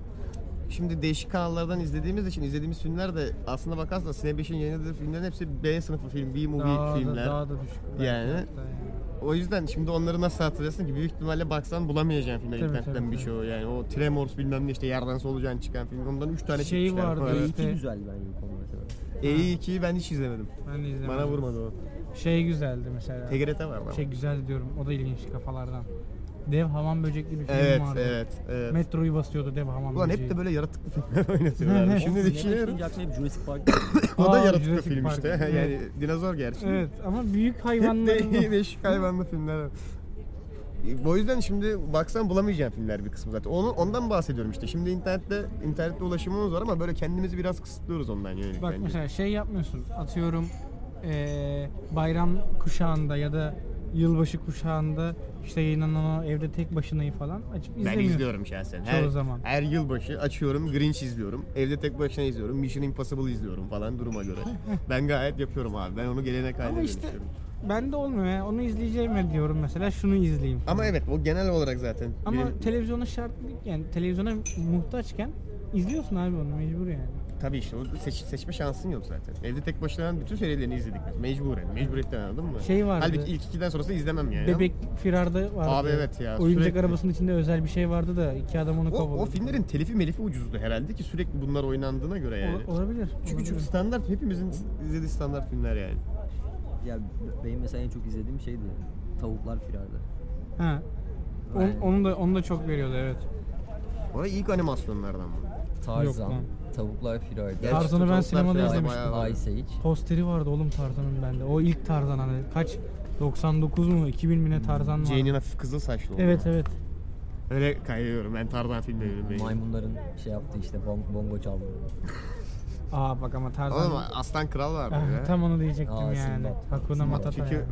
Speaker 3: şimdi değişik kanallardan izlediğimiz için izlediğimiz filmler de aslında bakarsan Cinebeş'in yayınladığı filmlerin hepsi B sınıfı film, B movie
Speaker 5: Daha da,
Speaker 3: filmler.
Speaker 5: daha da düşük. belki
Speaker 3: Yani-
Speaker 5: hatta yani.
Speaker 3: O yüzden şimdi onları nasıl hatırlasın ki büyük ihtimalle baksan bulamayacaksın filmleri
Speaker 5: Tabii,
Speaker 3: internetten
Speaker 5: tabii,
Speaker 3: birçoğu yani. O Tremors bilmem ne işte yerden solucan çıkan film. Ondan 3 tane
Speaker 5: Şey
Speaker 3: çekmişler.
Speaker 5: vardı. E-
Speaker 3: falan.
Speaker 5: Evet.
Speaker 1: E2 güzel bence bu konu mesela.
Speaker 3: E2'yi ben hiç izlemedim.
Speaker 5: Ben de izlemedim.
Speaker 3: Bana vurmadı o.
Speaker 5: Şey güzeldi mesela.
Speaker 3: TGRT var ama.
Speaker 5: Şey güzeldi diyorum. O da ilginç kafalardan. Dev havan böcekli bir film
Speaker 3: Evet,
Speaker 5: vardı.
Speaker 3: evet, evet.
Speaker 5: Metroyu basıyordu dev havan
Speaker 3: Ulan
Speaker 5: böceği.
Speaker 3: hep de böyle yaratıklı filmler *laughs* oynatıyorlar.
Speaker 5: Evet.
Speaker 3: Şimdi
Speaker 1: Sinema
Speaker 3: düşünüyorum.
Speaker 1: çıkınca aklıma hep Jurassic Park
Speaker 3: O da
Speaker 5: Aa,
Speaker 3: yaratıklı
Speaker 5: Jurassic
Speaker 3: film
Speaker 5: Park.
Speaker 3: işte.
Speaker 5: Evet.
Speaker 3: yani dinozor gerçi.
Speaker 5: Evet ama büyük
Speaker 3: Hep de
Speaker 5: hayvanların...
Speaker 3: *laughs* değişik hayvanlı filmler. O yüzden şimdi baksan bulamayacağın filmler bir kısmı zaten. Onu, ondan bahsediyorum işte. Şimdi internette internette ulaşımımız var ama böyle kendimizi biraz kısıtlıyoruz ondan yönelik
Speaker 5: Bak
Speaker 3: bence.
Speaker 5: mesela şey yapmıyorsun. Atıyorum eee, bayram kuşağında ya da yılbaşı kuşağında işte yayınlanan o evde tek başınayı falan açıp
Speaker 3: ben
Speaker 5: izlemiyorsun.
Speaker 3: izliyorum şahsen. Her,
Speaker 5: Çoğu zaman.
Speaker 3: her yılbaşı açıyorum Grinch izliyorum. Evde tek başına izliyorum. Mission Impossible izliyorum falan duruma
Speaker 5: *laughs*
Speaker 3: göre. ben gayet yapıyorum abi. Ben onu gelenek haline
Speaker 5: Ama işte
Speaker 3: dönüştürüyorum.
Speaker 5: ben de olmuyor. ya. Onu izleyeceğim mi diyorum mesela şunu izleyeyim.
Speaker 3: Ama evet o genel olarak zaten.
Speaker 5: Ama
Speaker 3: benim-
Speaker 5: televizyona şart yani televizyona muhtaçken izliyorsun abi onu mecbur yani.
Speaker 3: Tabii işte o seç- seçme şansın yok zaten. Evde tek başına bütün serilerini izledik. biz. Mecburen. Mecburiyetten anladın mı?
Speaker 5: Şey vardı.
Speaker 3: Halbuki ilk ikiden sonrasını izlemem yani.
Speaker 5: Bebek firarda vardı.
Speaker 3: Abi evet ya,
Speaker 5: Oyuncak
Speaker 3: sürekli.
Speaker 5: arabasının içinde özel bir şey vardı da iki adam onu
Speaker 3: O,
Speaker 5: kovaladı.
Speaker 3: o filmlerin telifi melifi ucuzdu herhalde ki sürekli bunlar oynandığına göre yani.
Speaker 5: Ola- olabilir.
Speaker 3: çünkü
Speaker 5: olabilir.
Speaker 3: çünkü standart hepimizin izlediği standart filmler yani.
Speaker 1: ya benim mesela en çok izlediğim şeydi. Tavuklar firarda.
Speaker 5: Ha. On-
Speaker 1: Aynen.
Speaker 5: Onu da onu da çok veriyordu evet.
Speaker 3: Bu arada ilk animasyonlardan bu.
Speaker 1: Tarzan,
Speaker 5: lan.
Speaker 1: Tavuklar Firarda,
Speaker 3: Gerçi
Speaker 5: Tarzan'ı ben
Speaker 3: Totoslar
Speaker 5: sinemada
Speaker 3: falan
Speaker 5: izlemiştim.
Speaker 3: bayağı var.
Speaker 1: Ice Age.
Speaker 5: Posteri vardı oğlum Tarzan'ın bende. O ilk Tarzan hani kaç 99 mu 2000 mi ne Tarzan var.
Speaker 3: Jane'in hafif kızıl saçlı oldu.
Speaker 5: Evet evet.
Speaker 3: Öyle kaydediyorum ben Tarzan filmlerini beğeniyorum.
Speaker 1: Maymunların şey yaptı işte bong- bongo çaldı.
Speaker 5: Aa bak ama Tarzan.
Speaker 3: Oğlum Aslan Kral vardı
Speaker 5: Ah,
Speaker 3: ya.
Speaker 5: tam onu diyecektim
Speaker 1: Aa,
Speaker 5: yani.
Speaker 1: Sinbad.
Speaker 5: Hakuna
Speaker 1: Sinbad.
Speaker 5: Matata.
Speaker 3: Çünkü
Speaker 5: yani.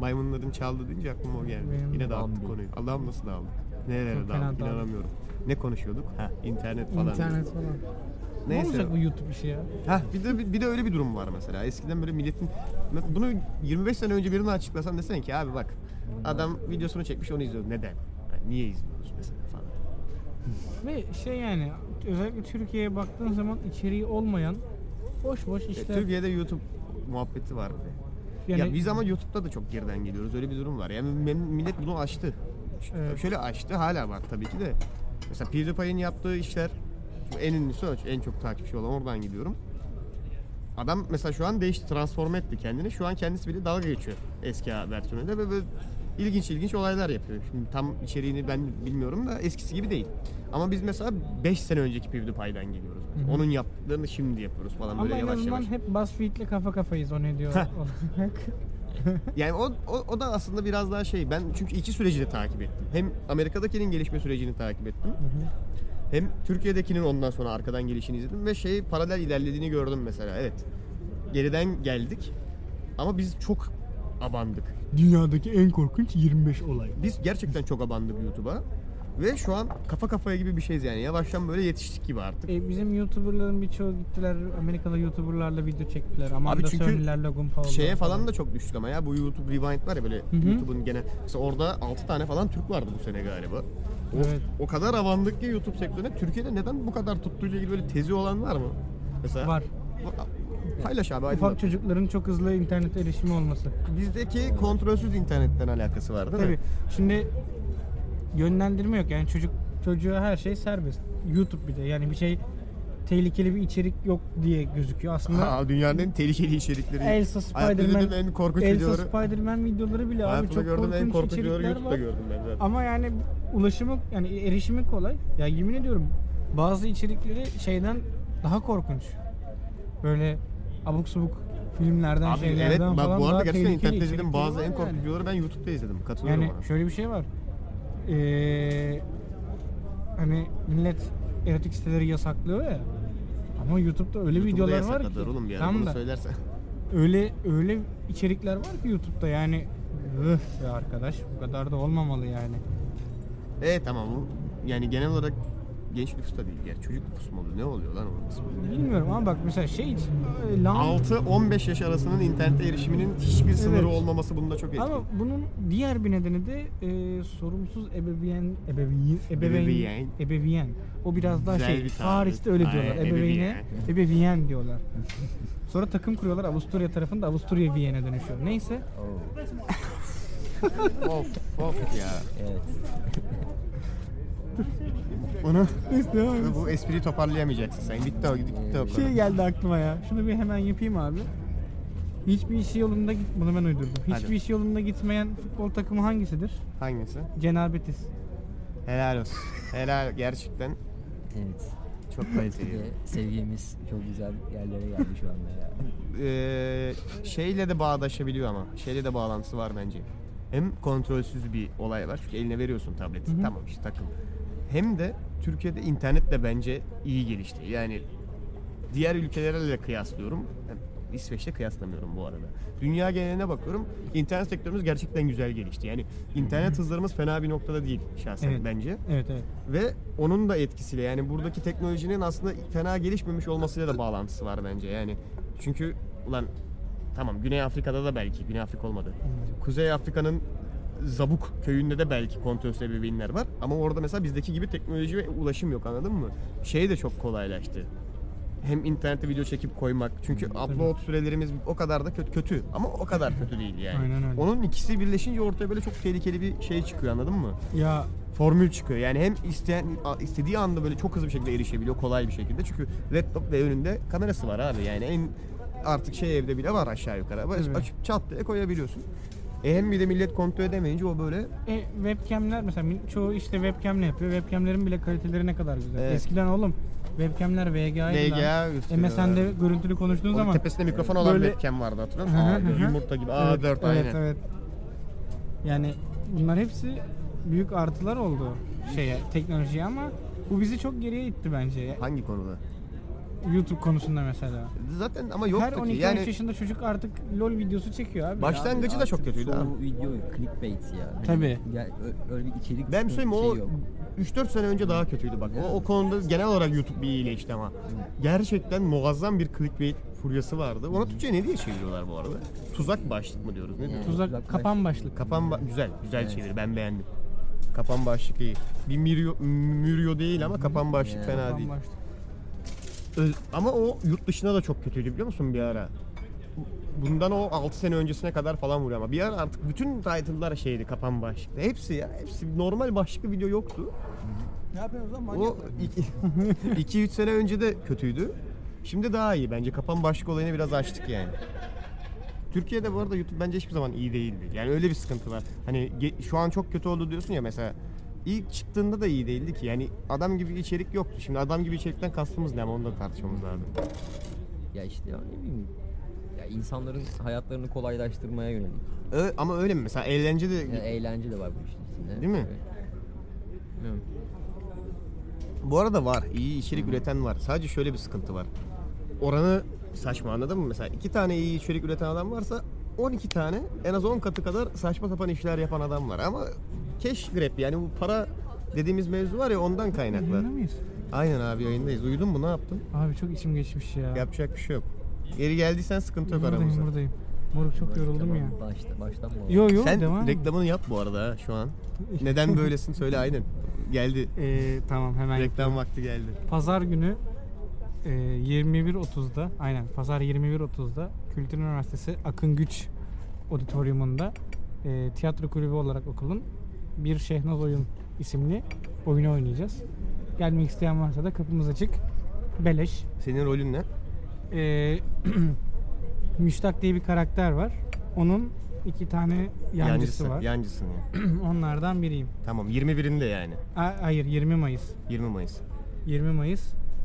Speaker 3: maymunların çaldı deyince aklıma o geldi.
Speaker 5: Benim
Speaker 3: Yine dağıttık
Speaker 1: Bambi.
Speaker 3: konuyu. Allah'ım nasıl dağıldık? Nerelere
Speaker 5: Çok fena
Speaker 3: dağıldık
Speaker 5: dağıldık.
Speaker 3: inanamıyorum. Ne konuşuyorduk? Ha, internet falan.
Speaker 5: İnternet falan. Ne
Speaker 3: Neyse.
Speaker 5: olacak bu YouTube işi ya?
Speaker 3: Ha, bir de bir de öyle bir durum var mesela. Eskiden böyle milletin bunu 25 sene önce birine açıklasan desen ki abi bak adam videosunu çekmiş onu izliyoruz. Neden? Yani niye izliyoruz mesela falan. E,
Speaker 5: Ve şey yani özellikle Türkiye'ye baktığın zaman içeriği olmayan boş boş
Speaker 3: E,
Speaker 5: işler.
Speaker 3: Türkiye'de YouTube muhabbeti var bir de.
Speaker 5: yani
Speaker 3: ya biz ama YouTube'da da çok geriden geliyoruz. Öyle bir durum var. Yani mem- millet bunu aştı. Ş-
Speaker 5: Evet.
Speaker 3: Şöyle aştı hala var tabii ki de. Mesela PewDiePie'in yaptığı işler şimdi en ünlüsü o, en çok takipçi olan oradan gidiyorum. Adam mesela şu an değişti, transforme etti kendini. Şu an kendisi bile dalga geçiyor eski versiyonuyla ve böyle ilginç ilginç olaylar yapıyor. Şimdi tam içeriğini ben bilmiyorum da eskisi gibi değil. Ama biz mesela 5 sene önceki PewDiePie'den geliyoruz.
Speaker 5: Hı hı.
Speaker 3: Onun yaptıklarını şimdi yapıyoruz falan
Speaker 5: ama
Speaker 3: böyle
Speaker 5: en
Speaker 3: yavaş
Speaker 5: azından
Speaker 3: yavaş.
Speaker 5: hep BuzzFeed'le kafa kafayız o *laughs* ne diyor
Speaker 3: Heh.
Speaker 5: olarak.
Speaker 3: Yani o, o, o da aslında biraz daha şey. Ben çünkü iki süreci de takip ettim. Hem Amerika'dakinin gelişme sürecini takip ettim. Hem Türkiye'dekinin ondan sonra arkadan gelişini izledim ve şey paralel ilerlediğini gördüm mesela. Evet. Geriden geldik ama biz çok abandık.
Speaker 5: Dünyadaki en korkunç 25 olay.
Speaker 3: Biz gerçekten çok abandık YouTube'a. Ve şu an kafa kafaya gibi bir şeyiz yani. Yavaştan böyle yetiştik gibi artık.
Speaker 5: E, bizim YouTuber'ların birçoğu gittiler Amerikalı YouTuber'larla video çektiler. Amanda
Speaker 3: çünkü
Speaker 5: Sörniler, Logan Paul'lar
Speaker 3: Şeye falan da çok düştük ama ya bu YouTube Rewind var ya böyle
Speaker 5: hı.
Speaker 3: YouTube'un gene mesela orada 6 tane falan Türk vardı bu sene galiba. O,
Speaker 5: Evet.
Speaker 3: o kadar avandık ki YouTube sektörüne Türkiye'de neden bu kadar tuttuğuyla ilgili böyle tezi olan var mı? Mesela
Speaker 5: var.
Speaker 3: Bu- Paylaş abi aydınlat.
Speaker 5: Ufak çocukların çok hızlı internet erişimi olması.
Speaker 3: Bizdeki kontrolsüz internetten alakası var değil
Speaker 5: Tabii.
Speaker 3: mi?
Speaker 5: Şimdi yönlendirme yok. Yani çocuk çocuğa her şey serbest. YouTube bir de. Yani bir şey tehlikeli bir içerik yok diye gözüküyor. Aslında
Speaker 3: Ha, dünyanın en tehlikeli içerikleri.
Speaker 5: Elsa
Speaker 3: Hayatta
Speaker 5: Spider-Man
Speaker 3: gördüğüm en korkunç
Speaker 5: Elsa
Speaker 3: videoları.
Speaker 5: Spider-Man videoları bile abi
Speaker 3: Hayatımda
Speaker 5: çok
Speaker 3: gördüğüm
Speaker 5: korkunç,
Speaker 3: en korkunç videoları
Speaker 5: içerikler
Speaker 3: YouTube'da
Speaker 5: var.
Speaker 3: gördüm ben zaten.
Speaker 5: Ama yani ulaşımı yani erişimi kolay. Ya yemin ediyorum bazı içerikleri şeyden daha korkunç. Böyle abuk subuk filmlerden
Speaker 3: Abi
Speaker 5: şeylerden
Speaker 3: evet
Speaker 5: falan
Speaker 3: bak bu
Speaker 5: daha
Speaker 3: arada gerçekten
Speaker 5: tehlikeli
Speaker 3: internette izlediğim
Speaker 5: içerikleri
Speaker 3: bazı
Speaker 5: var
Speaker 3: en korkunç
Speaker 5: yani.
Speaker 3: videoları ben YouTube'da izledim. Katılıyorum
Speaker 5: Yani
Speaker 3: ona.
Speaker 5: şöyle bir şey var. Ee, hani millet erotik siteleri yasaklıyor ya. Ama YouTube'da öyle
Speaker 3: YouTube'da
Speaker 5: videolar var
Speaker 3: yasakladılar
Speaker 5: ki.
Speaker 3: oğlum yani
Speaker 5: Tam
Speaker 3: bunu
Speaker 5: da
Speaker 3: söylersen. *laughs*
Speaker 5: öyle öyle içerikler var ki YouTube'da yani üf be arkadaş bu kadar da olmamalı yani.
Speaker 3: E tamam bu yani genel olarak genç nüfus da değil ya. Çocuk nüfus mu oluyor? Ne oluyor lan o kısmı?
Speaker 5: Bilmiyorum ama bak mesela şey e, lan
Speaker 3: 6-15 yaş arasının internete erişiminin hiçbir sınırı
Speaker 5: Evet.
Speaker 3: olmaması bunda çok etkili.
Speaker 5: ama bunun diğer bir nedeni de e, sorumsuz ebeveyn ebeveyn ebeveyn
Speaker 3: Ebeveyn.
Speaker 5: ebeveyn. O biraz daha
Speaker 3: Güzel
Speaker 5: şey
Speaker 3: bir tabir.
Speaker 5: Paris'te öyle diyorlar.
Speaker 3: Aynen,
Speaker 5: Ebeveyne ebeveyn diyorlar. Sonra takım kuruyorlar Avusturya tarafında Avusturya Viyana dönüşüyor. Neyse
Speaker 1: Oh,
Speaker 3: of of ya.
Speaker 1: evet.
Speaker 3: Bunu bu espriyi toparlayamayacaksın sen. Bitti o gitti o konu.
Speaker 5: şey geldi aklıma ya. Şunu bir hemen yapayım abi. Hiçbir işi yolunda git. Bunu ben uydurdum. Hiçbir
Speaker 3: Hadi.
Speaker 5: işi yolunda gitmeyen futbol takımı hangisidir?
Speaker 3: Hangisi?
Speaker 5: Cenabetis.
Speaker 3: Helal olsun. Helal gerçekten
Speaker 1: Evet.
Speaker 3: çok
Speaker 1: Bir
Speaker 3: kaliteli.
Speaker 1: de sevgimiz çok güzel yerlere geldi şu anda *laughs* ya.
Speaker 3: Ee, şeyle de bağdaşabiliyor ama. Şeyle de bağlantısı var bence. Hem kontrolsüz bir olay var çünkü eline veriyorsun tableti.
Speaker 5: Hı hı.
Speaker 3: Tamam işte takım. Hem de Türkiye'de internet de bence iyi gelişti. Yani diğer ülkelerle de kıyaslıyorum. Yani İsveç'te kıyaslamıyorum bu arada. Dünya geneline bakıyorum. İnternet sektörümüz gerçekten güzel gelişti. Yani internet hızlarımız fena bir noktada değil şahsen
Speaker 5: Evet.
Speaker 3: bence.
Speaker 5: Evet evet.
Speaker 3: Ve onun da etkisiyle yani buradaki teknolojinin aslında fena gelişmemiş olmasıyla da bağlantısı var bence yani. Çünkü ulan tamam Güney Afrika'da da belki Güney Afrika olmadı. Kuzey Afrika'nın Zabuk köyünde de belki kontrol ebeveynler var ama orada mesela bizdeki gibi teknoloji ve ulaşım yok anladın mı? Şey de çok kolaylaştı. Hem internete video çekip koymak. Çünkü upload sürelerimiz o kadar da kötü, kötü ama o kadar kötü değil yani.
Speaker 5: Aynen öyle.
Speaker 3: Onun ikisi birleşince ortaya böyle çok tehlikeli bir şey çıkıyor anladın mı?
Speaker 5: Ya
Speaker 3: formül çıkıyor. Yani hem isteyen a- istediği anda böyle çok hızlı bir şekilde erişebiliyor kolay bir şekilde. Çünkü laptop ve önünde kamerası var abi. Yani en artık şey evde bile var aşağı yukarı. Böyle
Speaker 5: Tabii.
Speaker 3: açıp çat diye koyabiliyorsun. E hem bir de millet kontrol edemeyince o böyle
Speaker 5: E, webcamler mesela min- çoğu işte webcamle yapıyor. Webcamlerin bile kaliteleri ne kadar güzel.
Speaker 3: Evet.
Speaker 5: Eskiden oğlum webcamler VGA 'ydı
Speaker 3: VGA
Speaker 5: lan.
Speaker 3: gösteriyorlar.
Speaker 5: MSN'de görüntülü konuştuğun
Speaker 3: Onun
Speaker 5: zaman
Speaker 3: tepesinde mikrofon olan
Speaker 5: Böyle-
Speaker 3: webcam vardı hatırlıyor
Speaker 5: Hı hı
Speaker 3: musun?
Speaker 5: hı hı.
Speaker 3: A4, yumurta gibi. A4
Speaker 5: Evet, evet,
Speaker 3: aynen.
Speaker 5: evet. Yani bunlar hepsi büyük artılar oldu şeye, teknolojiye ama bu bizi çok geriye itti bence.
Speaker 3: Hangi konuda?
Speaker 5: YouTube konusunda mesela.
Speaker 3: Zaten ama yoktu
Speaker 5: Her
Speaker 3: ki.
Speaker 5: 12-13
Speaker 3: Yani
Speaker 5: yaşında çocuk artık LOL videosu çekiyor abi.
Speaker 3: Baş- Başlangıcı da
Speaker 1: Abi
Speaker 3: çok
Speaker 1: artık
Speaker 3: kötüydü
Speaker 1: Çoğu
Speaker 3: abi.
Speaker 1: video clickbait ya. Hani
Speaker 5: Tabii.
Speaker 1: Ya, ö- öyle bir içerik
Speaker 3: ben bir söyleyeyim mi?
Speaker 1: şey
Speaker 3: o
Speaker 1: yok.
Speaker 3: 3-4 sene önce daha kötüydü bak. O, o konuda genel olarak YouTube bir iyileşti ama. Gerçekten muazzam bir clickbait furyası vardı. Ona Türkçe ne diye çeviriyorlar bu arada? Tuzak başlık mı diyoruz? Ne diyoruz?
Speaker 1: Tuz-
Speaker 5: Tuzak, kapan başlık.
Speaker 3: Kapan ba- güzel, güzel çeviri. Ben beğendim. Kapan başlık iyi. Bir Mirio, Mirio değil ama kapan başlık
Speaker 1: Yani.
Speaker 3: fena
Speaker 5: Kapan
Speaker 3: değil.
Speaker 5: başlık.
Speaker 3: Öz- Ama o yurt dışına da çok kötüydü biliyor musun bir ara? Bundan o 6 sene öncesine kadar falan vuruyor ama bir ara artık bütün title'lar şeydi kapan başlıkta. Hepsi ya hepsi normal başlıklı video yoktu.
Speaker 5: Ne yapıyorsunuz lan?
Speaker 3: O *laughs* 2-3 sene önce de kötüydü. Şimdi daha iyi bence kapan başlık olayını biraz açtık yani. Türkiye'de bu arada YouTube bence hiçbir zaman iyi değildi. Yani öyle bir sıkıntı var. Hani ge- şu an çok kötü oldu diyorsun ya mesela. İlk çıktığında da iyi değildi ki. Yani adam gibi içerik yoktu. Şimdi adam gibi içerikten kastımız ne ama onu da tartışmamız lazım.
Speaker 1: Ya işte ya ne bileyim. Ya insanların hayatlarını kolaylaştırmaya yönelik.
Speaker 3: Ö- ama öyle mi? Mesela eğlence de...
Speaker 1: Ya eğlence de var bu işin içinde.
Speaker 3: Değil mi?
Speaker 1: Evet.
Speaker 3: Bu arada var. iyi içerik üreten var. Sadece şöyle bir sıkıntı var. Oranı saçma anladın mı? Mesela iki tane iyi içerik üreten adam varsa 12 tane en az 10 katı kadar saçma sapan işler yapan adam var. Ama cash grab yani bu para dediğimiz mevzu var ya ondan kaynaklı.
Speaker 5: Yayında mıyız?
Speaker 3: Aynen abi yayındayız. Uyudun mu ne yaptın?
Speaker 5: Abi çok içim geçmiş ya.
Speaker 3: Yapacak bir şey yok. Geri geldiysen sıkıntı yok
Speaker 5: buradayım
Speaker 3: aramızda.
Speaker 5: buradayım. Moruk çok yoruldum ya.
Speaker 1: Başta, baştan mı?
Speaker 5: Yo yo
Speaker 3: Sen
Speaker 5: devam.
Speaker 3: reklamını yap bu arada ha şu an. Neden böylesin söyle aynen. Geldi.
Speaker 5: Ee, tamam hemen
Speaker 3: Reklam vakti geldi.
Speaker 5: Pazar günü e, 21.30'da aynen Pazar 21.30'da Kültür Üniversitesi Akın Güç Auditorium'unda e, tiyatro kulübü olarak okulun bir Şehnaz Oyun isimli oyunu oynayacağız. Gelmek isteyen varsa da kapımız açık. Beleş.
Speaker 3: Senin rolün ne?
Speaker 5: E, *clears throat* Müştak diye bir karakter var. Onun iki tane yancısı,
Speaker 3: Yancısı-
Speaker 5: var.
Speaker 3: Yancısın ya.
Speaker 5: *clears throat* Onlardan biriyim.
Speaker 3: Tamam 21'inde yani.
Speaker 5: A- hayır 20 Mayıs.
Speaker 3: 20 Mayıs.
Speaker 5: 20 Mayıs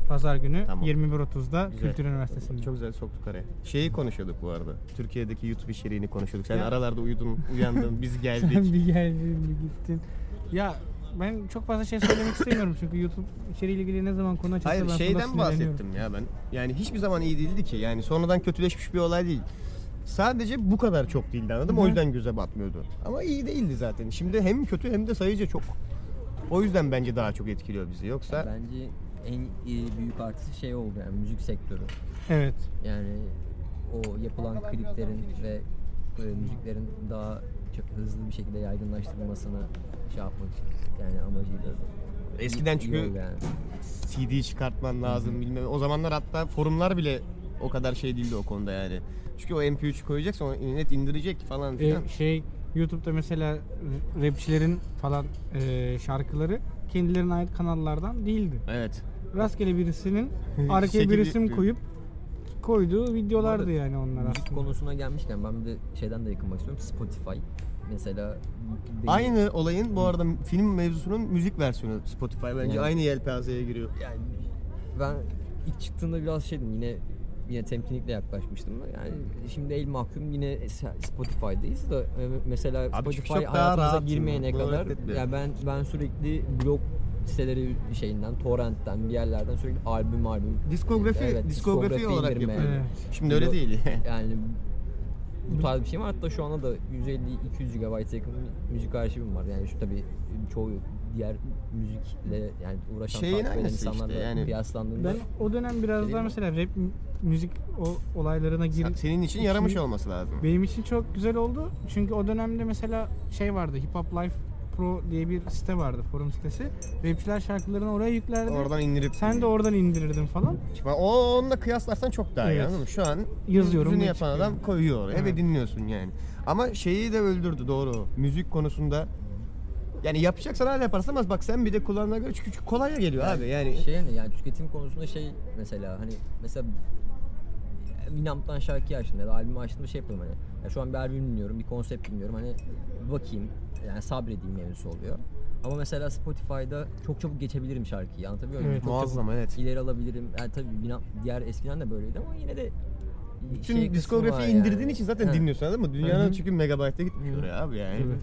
Speaker 5: Pazar günü
Speaker 3: Tamam.
Speaker 5: 21.30'da
Speaker 3: Güzel.
Speaker 5: Kültür Üniversitesi'nde. *laughs*
Speaker 3: Çok güzel soktuk araya. Şeyi konuşuyorduk bu arada. Türkiye'deki YouTube içeriğini konuşuyorduk. Sen
Speaker 5: Ya.
Speaker 3: aralarda uyudun, uyandın, biz
Speaker 5: *laughs* Sen
Speaker 3: geldik.
Speaker 5: bir geldin bir gittin. Ya ben çok fazla şey söylemek istemiyorum çünkü YouTube içeriğiyle ilgili ne zaman konu açılsa
Speaker 3: Hayır
Speaker 5: ben
Speaker 3: şeyden bahsettim ya ben. Yani hiçbir zaman iyi değildi ki. Yani sonradan kötüleşmiş bir olay değil. Sadece bu kadar çok değildi anladım. O
Speaker 5: Hı.
Speaker 3: yüzden göze batmıyordu. Ama iyi değildi zaten. Şimdi hem kötü hem de sayıca çok. O yüzden bence daha çok etkiliyor bizi. Yoksa
Speaker 1: Bence en iyi büyük artısı şey oldu yani müzik sektörü.
Speaker 5: Evet.
Speaker 1: Yani o yapılan kliplerin ve e, müziklerin daha çok hızlı bir şekilde yaygınlaştırılmasına şey yapmak yani amacıyla.
Speaker 3: eskiden
Speaker 1: iyi
Speaker 3: çünkü
Speaker 1: oldu yani.
Speaker 3: CD çıkartman lazım bilmem. O zamanlar hatta forumlar bile o kadar şey değildi o konuda yani. Çünkü o MP3 koyacaksın o net indirecek falan
Speaker 5: Ee,
Speaker 3: filan.
Speaker 5: şey YouTube'da mesela rapçilerin falan e, şarkıları kendilerine ait kanallardan değildi.
Speaker 3: evet. *laughs*
Speaker 5: Rastgele birisinin arkaya
Speaker 3: Şekil-
Speaker 5: bir isim koyup koyduğu videolardı yani onlar
Speaker 1: Müzik
Speaker 5: aslında.
Speaker 1: konusuna gelmişken ben bir de şeyden de yakınmak istiyorum. Spotify mesela benim-
Speaker 3: Aynı olayın bu arada film mevzusunun müzik versiyonu Spotify bence
Speaker 1: Yani.
Speaker 3: aynı yelpazeye giriyor.
Speaker 1: yani ben ilk çıktığında biraz şeydim yine yine temkinlikle yaklaşmıştım. Yani şimdi el mahkum yine Spotify'dayız da e, mesela
Speaker 3: çıkış
Speaker 1: Spotify
Speaker 3: yok, daha
Speaker 1: hayatımıza
Speaker 3: rahat
Speaker 1: girmeyene
Speaker 3: şimdi. Bunu
Speaker 1: kadar yani
Speaker 3: reddetmiyorum.
Speaker 1: ben ben sürekli blog siteleri şeyinden, torrentten, bir yerlerden sürekli albüm albüm.
Speaker 3: Diskografi,
Speaker 1: Evet,
Speaker 3: diskografi olarak
Speaker 1: indirme.
Speaker 3: yapıyor.
Speaker 5: Evet.
Speaker 3: Şimdi öyle
Speaker 1: Yok.
Speaker 3: değil.
Speaker 1: Yani bu tarz bir şey var. Hatta şu anda da 150-200 GB yakın müzik arşivim var. Yani şu tabii çoğu diğer müzikle yani uğraşan
Speaker 3: Şeyin
Speaker 1: takip eden
Speaker 3: aynısı
Speaker 1: insanlarla
Speaker 3: işte yani.
Speaker 1: kıyaslandığında
Speaker 5: Ben o dönem biraz daha mesela rap mü- müzik o olaylarına
Speaker 3: Şey Sen-
Speaker 5: girip
Speaker 3: Senin için yaramış olması lazım.
Speaker 5: Benim için çok güzel oldu. Çünkü o dönemde mesela şey vardı Hip Hop Life Pro diye bir site vardı forum sitesi. Rapçiler şarkılarını oraya yüklerdi.
Speaker 3: Oradan indirip
Speaker 5: Sen de oradan indirirdin falan.
Speaker 3: o onunla kıyaslarsan çok daha iyi
Speaker 5: Evet.
Speaker 3: anladın mı? Şu an
Speaker 5: Yazıyorum
Speaker 3: müziğini
Speaker 5: ve
Speaker 3: yapan
Speaker 5: çıkıyor.
Speaker 3: adam koyuyor oraya ve
Speaker 5: Evet.
Speaker 3: dinliyorsun yani. Ama şeyi de öldürdü doğru. Müzik konusunda yani yapacaksan hala yaparsın ama bak sen bir de kulağına göre çünkü çünkü kolaya geliyor abi yani.
Speaker 1: şey hani yani tüketim konusunda şey mesela hani mesela Winamp'tan hani şarkıyı açtım ya da albümü açtım şey yapıyorum hani. Ya şu an bir albüm dinliyorum, bir konsept dinliyorum hani bir bakayım yani sabredeyim mevzusu oluyor. Ama mesela Spotify'da çok çabuk geçebilirim şarkıyı anlatabiliyor muyum?
Speaker 5: Evet.
Speaker 1: Çok çabuk
Speaker 3: Muazzam, evet.
Speaker 1: İleri alabilirim. Yani tabii Winamp diğer eskiden de böyleydi ama yine de
Speaker 3: Bütün
Speaker 1: şey kısmı var
Speaker 3: diskografiyi indirdiğin
Speaker 1: yani.
Speaker 3: için zaten
Speaker 1: Ha.
Speaker 3: dinliyorsun anladın mı? Dünyanın
Speaker 5: Hı hı.
Speaker 3: çünkü megabaytta gitmiyor ya abi yani.
Speaker 5: Tabii.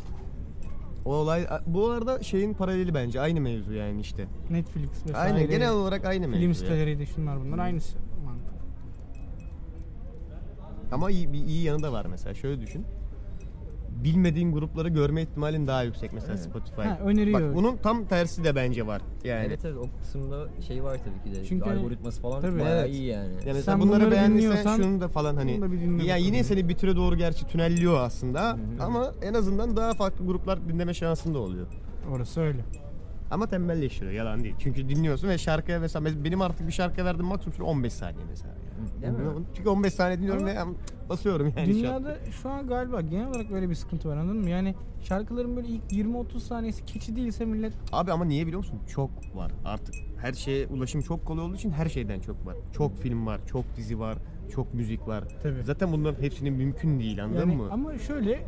Speaker 3: O olay bu arada şeyin paraleli bence aynı mevzu yani işte.
Speaker 5: Netflix vesaire.
Speaker 3: Aynen genel olarak aynı mevzu.
Speaker 5: Film
Speaker 3: ya.
Speaker 5: siteleriydi şunlar bunlar aynısı mantık.
Speaker 3: Ama iyi, bir iyi yanı da var mesela. Şöyle düşün. Bilmediğin grupları görme ihtimalin daha yüksek mesela Spotify.
Speaker 5: Ha, öneriyor.
Speaker 3: Bak bunun tam tersi de bence var. Yani.
Speaker 1: Evet evet o kısımda şey var tabii ki de
Speaker 5: Çünkü hani-
Speaker 1: algoritması falan
Speaker 5: Tabii.
Speaker 1: bayağı
Speaker 3: Evet.
Speaker 1: iyi yani.
Speaker 3: Yani mesela
Speaker 5: Sen
Speaker 3: bunları,
Speaker 5: bunları
Speaker 3: beğendiysen
Speaker 5: dinliyorsan
Speaker 3: şunu da falan hani.
Speaker 5: bunu da bir dinle
Speaker 3: ya yine
Speaker 5: bakalım.
Speaker 3: seni bir türe doğru gerçi tünelliyor aslında ama en azından daha farklı gruplar dinleme şansın da oluyor.
Speaker 5: Orası öyle.
Speaker 3: Ama tembelleştiriyor yalan değil. Çünkü dinliyorsun ve şarkıya mesela mes- benim artık bir şarkıya verdim maksimum süre 15 saniye mesela. Yani.
Speaker 1: Değil mi?
Speaker 3: Bunu- Çünkü 15 saniye dinliyorum
Speaker 5: Ama
Speaker 3: ve am- basıyorum yani. şey şarkı.
Speaker 5: Dünyada şu an galiba genel olarak böyle bir sıkıntı var anladın mı? Yani şarkıların böyle ilk 20-30 saniyesi keçi değilse millet
Speaker 3: Abi ama niye biliyor musun? Çok var artık. Her şeye ulaşım çok kolay olduğu için her şeyden çok var. Çok film var, çok dizi var, çok müzik var.
Speaker 5: Tabii.
Speaker 3: Zaten bunların hepsinin mümkün değil anladın
Speaker 5: yani
Speaker 3: mı?
Speaker 5: ama şöyle